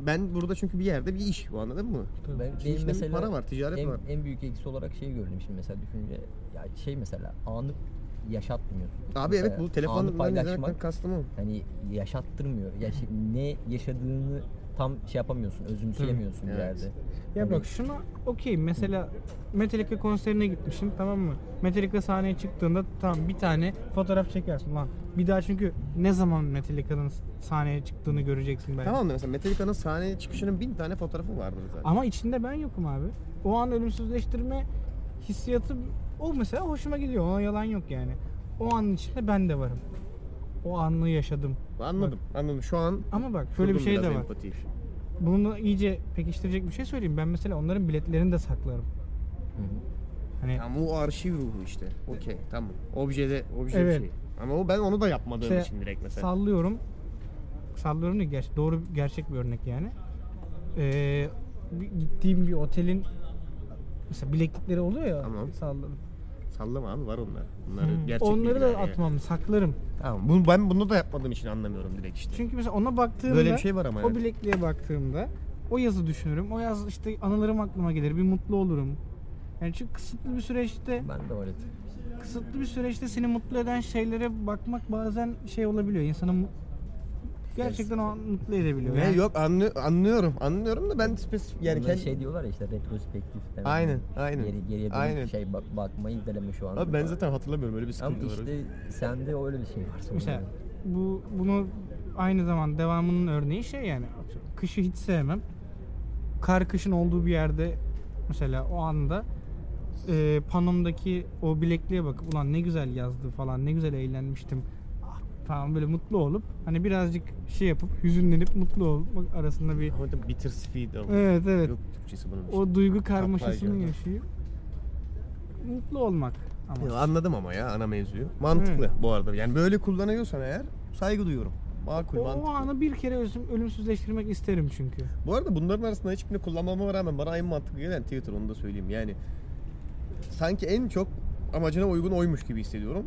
Speaker 3: Ben burada çünkü bir yerde bir iş bu anladın mı?
Speaker 1: Ben,
Speaker 3: İşin
Speaker 1: benim
Speaker 3: içinde bir
Speaker 1: mesela
Speaker 3: para var, ticaret
Speaker 1: en,
Speaker 3: var.
Speaker 1: en büyük eksi olarak şey gördüm şimdi mesela düşünce ya şey mesela anı yaşatmıyorsun.
Speaker 3: Abi
Speaker 1: Mesela
Speaker 3: evet bu
Speaker 1: anı
Speaker 3: telefondan izlemekten
Speaker 1: paylaşmak
Speaker 3: kastım o.
Speaker 1: hani yaşattırmıyor. Ya şey- ne yaşadığını tam şey yapamıyorsun, özümseyemiyorsun bir
Speaker 3: Evet.
Speaker 1: yerde.
Speaker 5: Ya
Speaker 1: Hani-
Speaker 5: bak şuna okey mesela Metallica konserine gitmişim tamam mı? Metallica sahneye çıktığında tamam bir tane fotoğraf çekersin lan. Bir daha çünkü ne zaman Metallica'nın sahneye çıktığını göreceksin belki.
Speaker 3: Tamam da mesela Metallica'nın sahneye çıkışının bin tane fotoğrafı vardır zaten.
Speaker 5: Ama içinde ben yokum abi. O an ölümsüzleştirme hissiyatı o mesela hoşuma gidiyor. Ona yalan yok yani. O anın içinde ben de varım. O anı yaşadım.
Speaker 3: Anladım anladım şu an
Speaker 5: Ama bak şöyle bir
Speaker 3: kurdum
Speaker 5: şey de
Speaker 3: biraz
Speaker 5: var.
Speaker 3: empatiyi.
Speaker 5: Bunu iyice pekiştirecek bir şey söyleyeyim. Ben mesela onların biletlerini de saklarım. Hani
Speaker 3: Ama o arşiv ruhu işte. Okey tamam. Objede, obje
Speaker 5: Evet.
Speaker 3: bir şey. Ama o ben onu da yapmadığım
Speaker 5: İşte
Speaker 3: için direkt mesela.
Speaker 5: Sallıyorum. Sallıyorum da gerçi doğru gerçek bir örnek yani. Ee, bir- gittiğim bir otelin mesela bileklikleri oluyor ya.
Speaker 3: Tamam.
Speaker 5: Salladım.
Speaker 3: Sallama abi var onlar. Bunları gerçek
Speaker 5: Hmm, Onları da
Speaker 3: bilgiler yani.
Speaker 5: atmam, saklarım.
Speaker 3: Tamam. Bu, ben bunu da yapmadığım için anlamıyorum direkt işte.
Speaker 5: Çünkü mesela ona baktığımda
Speaker 3: Böyle bir şey var ama.
Speaker 5: o
Speaker 3: evet.
Speaker 5: bilekliğe baktığımda o yazı düşünürüm. O yaz işte anılarım aklıma gelir. Bir mutlu olurum. Yani çünkü kısıtlı bir süreçte
Speaker 1: Ben de öyle.
Speaker 5: kısıtlı bir süreçte seni mutlu eden şeylere bakmak bazen şey olabiliyor. İnsanı mu- gerçekten o an mutlu edebiliyor.
Speaker 3: Ne
Speaker 5: Yani-
Speaker 3: yok anlı- anlıyorum. Anlıyorum da ben spesifik yani
Speaker 1: Bunlara
Speaker 3: kendi...
Speaker 1: şey diyorlar ya işte retrospektif. denen
Speaker 3: Aynen, aynen,
Speaker 1: Geri, geriye dönüp
Speaker 3: aynen.
Speaker 1: şey bak, bakmayı inceleme şu an.
Speaker 3: Abi ben zaten hatırlamıyorum öyle bir
Speaker 1: Ama
Speaker 3: sıkıntı var.
Speaker 1: işte sende öyle bir şey var sonunda.
Speaker 5: Mesela bu bunu aynı zaman devamının örneği şey yani kışı hiç sevmem. Kar kışın olduğu bir yerde mesela o anda e, panomdaki o bilekliğe bakıp ulan ne güzel yazdı falan ne güzel eğlenmiştim ah, falan böyle mutlu olup hani birazcık şey yapıp hüzünlenip mutlu olmak arasında bir
Speaker 3: Ama da bitter sweet ama.
Speaker 5: evet evet
Speaker 3: Yok Türkçesi bunun işte.
Speaker 5: o duygu
Speaker 3: Kaplayıcı.
Speaker 5: karmaşasını yaşayıp mutlu olmak ama.
Speaker 3: Ya şey. anladım ama ya ana mevzuyu. Mantıklı
Speaker 5: Hmm.
Speaker 3: bu arada. Yani böyle kullanıyorsan eğer saygı duyuyorum. Makul
Speaker 5: O, o
Speaker 3: mantıklı.
Speaker 5: anı bir kere özüm- ölümsüzleştirmek isterim çünkü.
Speaker 3: Bu arada bunların arasında hiçbirini kullanmama rağmen bana en mantıklı gelen Twitter onu da söyleyeyim. Yani sanki en çok amacına uygun oymuş gibi hissediyorum.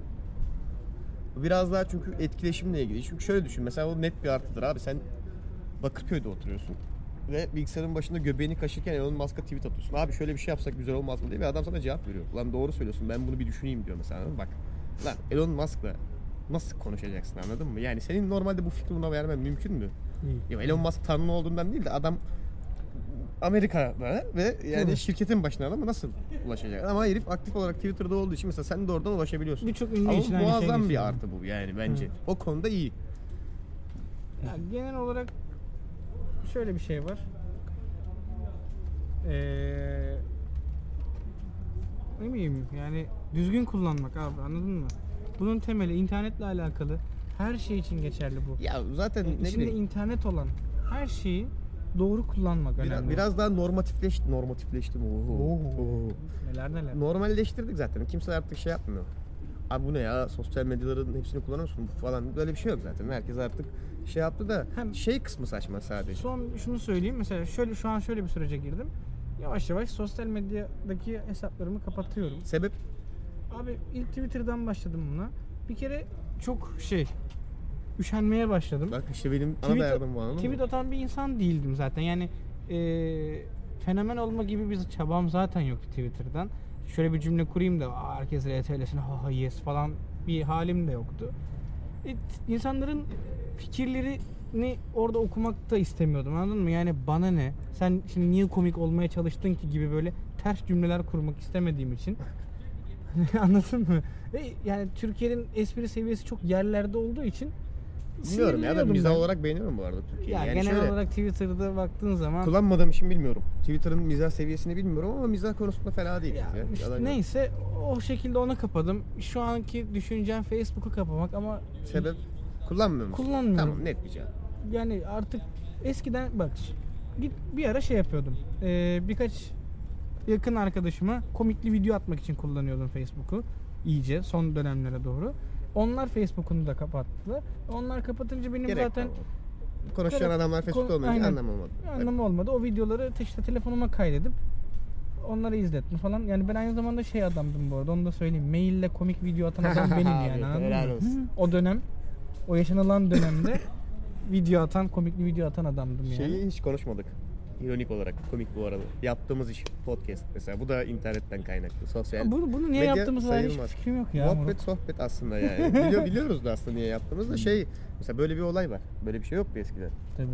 Speaker 3: Biraz daha çünkü etkileşimle ilgili. Çünkü şöyle düşün mesela o net bir artıdır abi sen Bakırköy'de oturuyorsun ve bilgisayarın başında göbeğini kaşırken Elon Musk'a tweet atıyorsun. Abi şöyle bir şey yapsak güzel olmaz mı diye bir adam sana cevap veriyor. Lan doğru söylüyorsun ben bunu bir düşüneyim diyor mesela. anladın mı? Bak lan Elon Musk'la nasıl konuşacaksın anladın mı? Yani senin normalde bu fikri buna vermen mümkün mü? Ya Elon Musk tanrı olduğundan değil de adam Amerika'da ve yani şirketin başına ama nasıl ulaşacak? Ama herif aktif olarak Twitter'da olduğu için mesela sen de oradan ulaşabiliyorsun.
Speaker 5: Birçok ünlü
Speaker 3: Ama
Speaker 5: için aynı şey
Speaker 3: muazzam
Speaker 5: geçerli.
Speaker 3: bir artı bu yani bence. O konuda iyi.
Speaker 5: Ya genel olarak şöyle bir şey var. Ee, ne bileyim yani düzgün kullanmak abi anladın mı? Bunun temeli internetle alakalı her şey için geçerli bu.
Speaker 3: Ya zaten
Speaker 5: Yani
Speaker 3: ne
Speaker 5: İçinde
Speaker 3: bileyim
Speaker 5: internet olan her şeyi doğru kullanmak
Speaker 3: biraz,
Speaker 5: önemli.
Speaker 3: biraz daha normatifleş normatifleştim. Oho.
Speaker 5: Oho.
Speaker 3: Oho.
Speaker 5: neler neler.
Speaker 3: Normalleştirdik zaten. Kimse artık şey yapmıyor. Abi bu ne ya? Sosyal medyaların hepsini kullanıyorsun falan. Böyle bir şey yok zaten. Herkes artık şey yaptı da
Speaker 5: Hem-
Speaker 3: şey kısmı saçma sadece.
Speaker 5: Son şunu söyleyeyim mesela şöyle şu an şöyle bir sürece girdim. Yavaş yavaş sosyal medyadaki hesaplarımı kapatıyorum.
Speaker 3: Sebep
Speaker 5: Abi ilk Twitter'dan başladım buna. Bir kere çok şey üşenmeye başladım.
Speaker 3: bak işte benim ana
Speaker 5: Tweet-
Speaker 3: derdim bu anladın mı?
Speaker 5: Tweet atan bir insan değildim zaten. Yani eee, fenomen olma gibi bir çabam zaten yoktu Twitter'dan. Şöyle bir cümle kurayım da "Aa, herkes RT'lesin ha ha yes falan bir halim de yoktu. E, t- insanların fikirlerini orada okumak da istemiyordum anladın mı? Yani bana ne? Sen şimdi niye komik olmaya çalıştın ki gibi böyle ters cümleler kurmak istemediğim için. *laughs* Anladın mı? E, yani Türkiye'nin espri seviyesi çok yerlerde olduğu için
Speaker 3: Bilmiyorum ya ben
Speaker 5: Sinirliyordum
Speaker 3: mizah
Speaker 5: ben.
Speaker 3: olarak beğeniyorum bu arada Türkiye'yi.
Speaker 5: Ya
Speaker 3: yani
Speaker 5: genel
Speaker 3: şöyle,
Speaker 5: olarak Twitter'da baktığın zaman
Speaker 3: kullanmadığım için bilmiyorum. Twitter'ın mizah seviyesini bilmiyorum ama mizah konusunda fena değil.
Speaker 5: Ya
Speaker 3: Ya,
Speaker 5: işte
Speaker 3: Yalan yok.
Speaker 5: neyse o şekilde ona kapadım. Şu anki düşüncem Facebook'u kapamak ama
Speaker 3: Sebep kullanmıyor musun?
Speaker 5: Kullanmıyorum.
Speaker 3: Tamam net bir cevap.
Speaker 5: yani artık eskiden bak git bir ara şey yapıyordum. Ee, birkaç yakın arkadaşıma komikli video atmak için kullanıyordum Facebook'u iyice son dönemlere doğru. Onlar Facebook'unu da kapattılar. Onlar kapatınca benim
Speaker 3: Gerek
Speaker 5: zaten
Speaker 3: kalmadı. Konuşan
Speaker 5: Gerek-
Speaker 3: adamlar
Speaker 5: Kon-
Speaker 3: Facebook'ta olmayınca
Speaker 5: Aynen.
Speaker 3: anlam olmadı.
Speaker 5: anlamı olmadı. O videoları te- işte telefonuma kaydedip onları izletme falan. Yani ben aynı zamanda şey adamdım bu arada onu da söyleyeyim. Maille komik video atan
Speaker 3: *laughs*
Speaker 5: adam benim yani. anladın
Speaker 3: helal
Speaker 5: mı?
Speaker 3: olsun.
Speaker 5: O dönem, o yaşanılan dönemde *laughs* video atan, komikli video atan adamdım yani.
Speaker 3: Şeyi hiç konuşmadık. İronik olarak komik bu arada. Yaptığımız iş podcast mesela. Bu da internetten kaynaklı. Sosyal
Speaker 5: bunu, bunu niye
Speaker 3: medya
Speaker 5: yaptığımız dair hiçbir
Speaker 3: sayılmaz.
Speaker 5: fikrim yok ya.
Speaker 3: Muhabbet
Speaker 5: Murat. Hmm.
Speaker 3: sohbet aslında yani. Biliyor, biliyoruz da aslında niye yaptığımızı da şey mesela böyle bir olay var. Böyle bir şey yoktu eskiden.
Speaker 5: Tabii.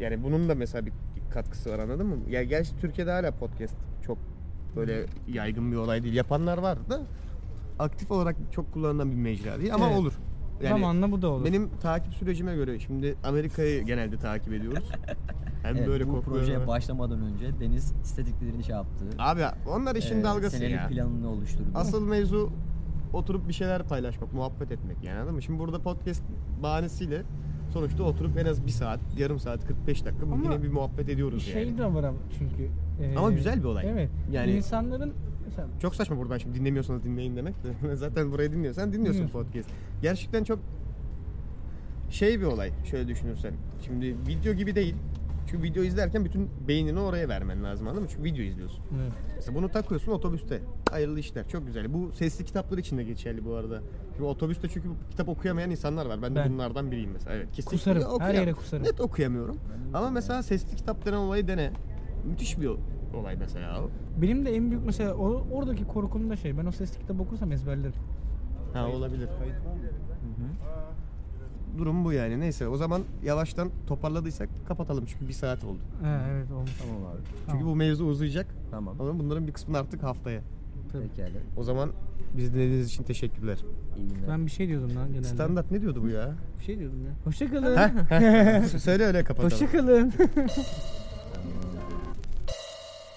Speaker 3: Yani bunun da mesela bir katkısı var anladın mı? Ya gerçi Türkiye'de hala podcast çok böyle yaygın bir olay değil. Yapanlar var da aktif olarak çok kullanılan bir mecra değil ama
Speaker 5: Evet.
Speaker 3: olur. Yani
Speaker 5: Zamanla bu da olur.
Speaker 3: benim takip sürecime göre şimdi Amerika'yı genelde takip
Speaker 5: *laughs*
Speaker 3: ediyoruz. Hem
Speaker 6: Evet,
Speaker 3: böyle
Speaker 6: bu
Speaker 3: korkuyorum.
Speaker 6: projeye başlamadan önce Deniz istediklerini şey yaptı.
Speaker 3: Abi onlar işin
Speaker 6: Ee,
Speaker 3: dalgası
Speaker 6: senelik
Speaker 3: ya.
Speaker 6: planını oluşturdu.
Speaker 3: Asıl mevzu oturup bir şeyler paylaşmak, muhabbet etmek yani anladın mı? Şimdi burada podcast bahanesiyle sonuçta oturup en az bir saat, yarım saat, 45 dakika
Speaker 5: Ama
Speaker 3: yine bir muhabbet ediyoruz
Speaker 5: şey
Speaker 3: yani.
Speaker 5: de var ama çünkü. e,
Speaker 3: Ama güzel bir olay.
Speaker 5: Evet.
Speaker 3: Yani-
Speaker 5: İnsanların mesela
Speaker 3: Çok saçma buradan şimdi dinlemiyorsanız dinleyin demek. de. *laughs* Zaten burayı dinliyorsan dinliyorsun
Speaker 5: Dinliyorsun.
Speaker 3: podcast. Gerçekten çok şey bir olay şöyle düşünürsen. Şimdi video gibi değil. Çünkü video izlerken bütün beynini oraya vermen lazım anladın mı? Çünkü video izliyorsun.
Speaker 5: evet.
Speaker 3: Mesela bunu takıyorsun otobüste. Hayırlı işler. Çok güzel. Bu sesli kitaplar için de geçerli bu arada. Şimdi otobüste çünkü kitap okuyamayan insanlar var. Ben de
Speaker 5: Ben.
Speaker 3: bunlardan biriyim mesela. Evet. Kesinlikle
Speaker 5: Kusarım. Her
Speaker 3: okuyamam.
Speaker 5: yere kusarım.
Speaker 3: Net okuyamıyorum. Ama mesela sesli kitap denen olayı dene. Müthiş bir olay mesela o.
Speaker 5: Benim de en büyük mesela o- oradaki korkum da şey ben o sesli kitabı okursam ezberlerim.
Speaker 3: Ha olabilir. Durum bu yani. Neyse o zaman yavaştan toparladıysak kapatalım çünkü bir saat oldu.
Speaker 5: Ha, evet olmuş.
Speaker 6: Tamam abi.
Speaker 3: Çünkü bu mevzu uzayacak.
Speaker 6: Tamam.
Speaker 3: Ama bunların bir kısmını artık haftaya.
Speaker 6: Pekala.
Speaker 3: O zaman bizi dinlediğiniz için teşekkürler.
Speaker 6: İyi günler.
Speaker 5: Ben bir şey diyordum lan genelde.
Speaker 3: Standart ne diyordu bu ya?
Speaker 5: Bir şey diyordum ya. Hoşçakalın.
Speaker 3: Söyle öyle kapatalım.
Speaker 5: Hoşçakalın.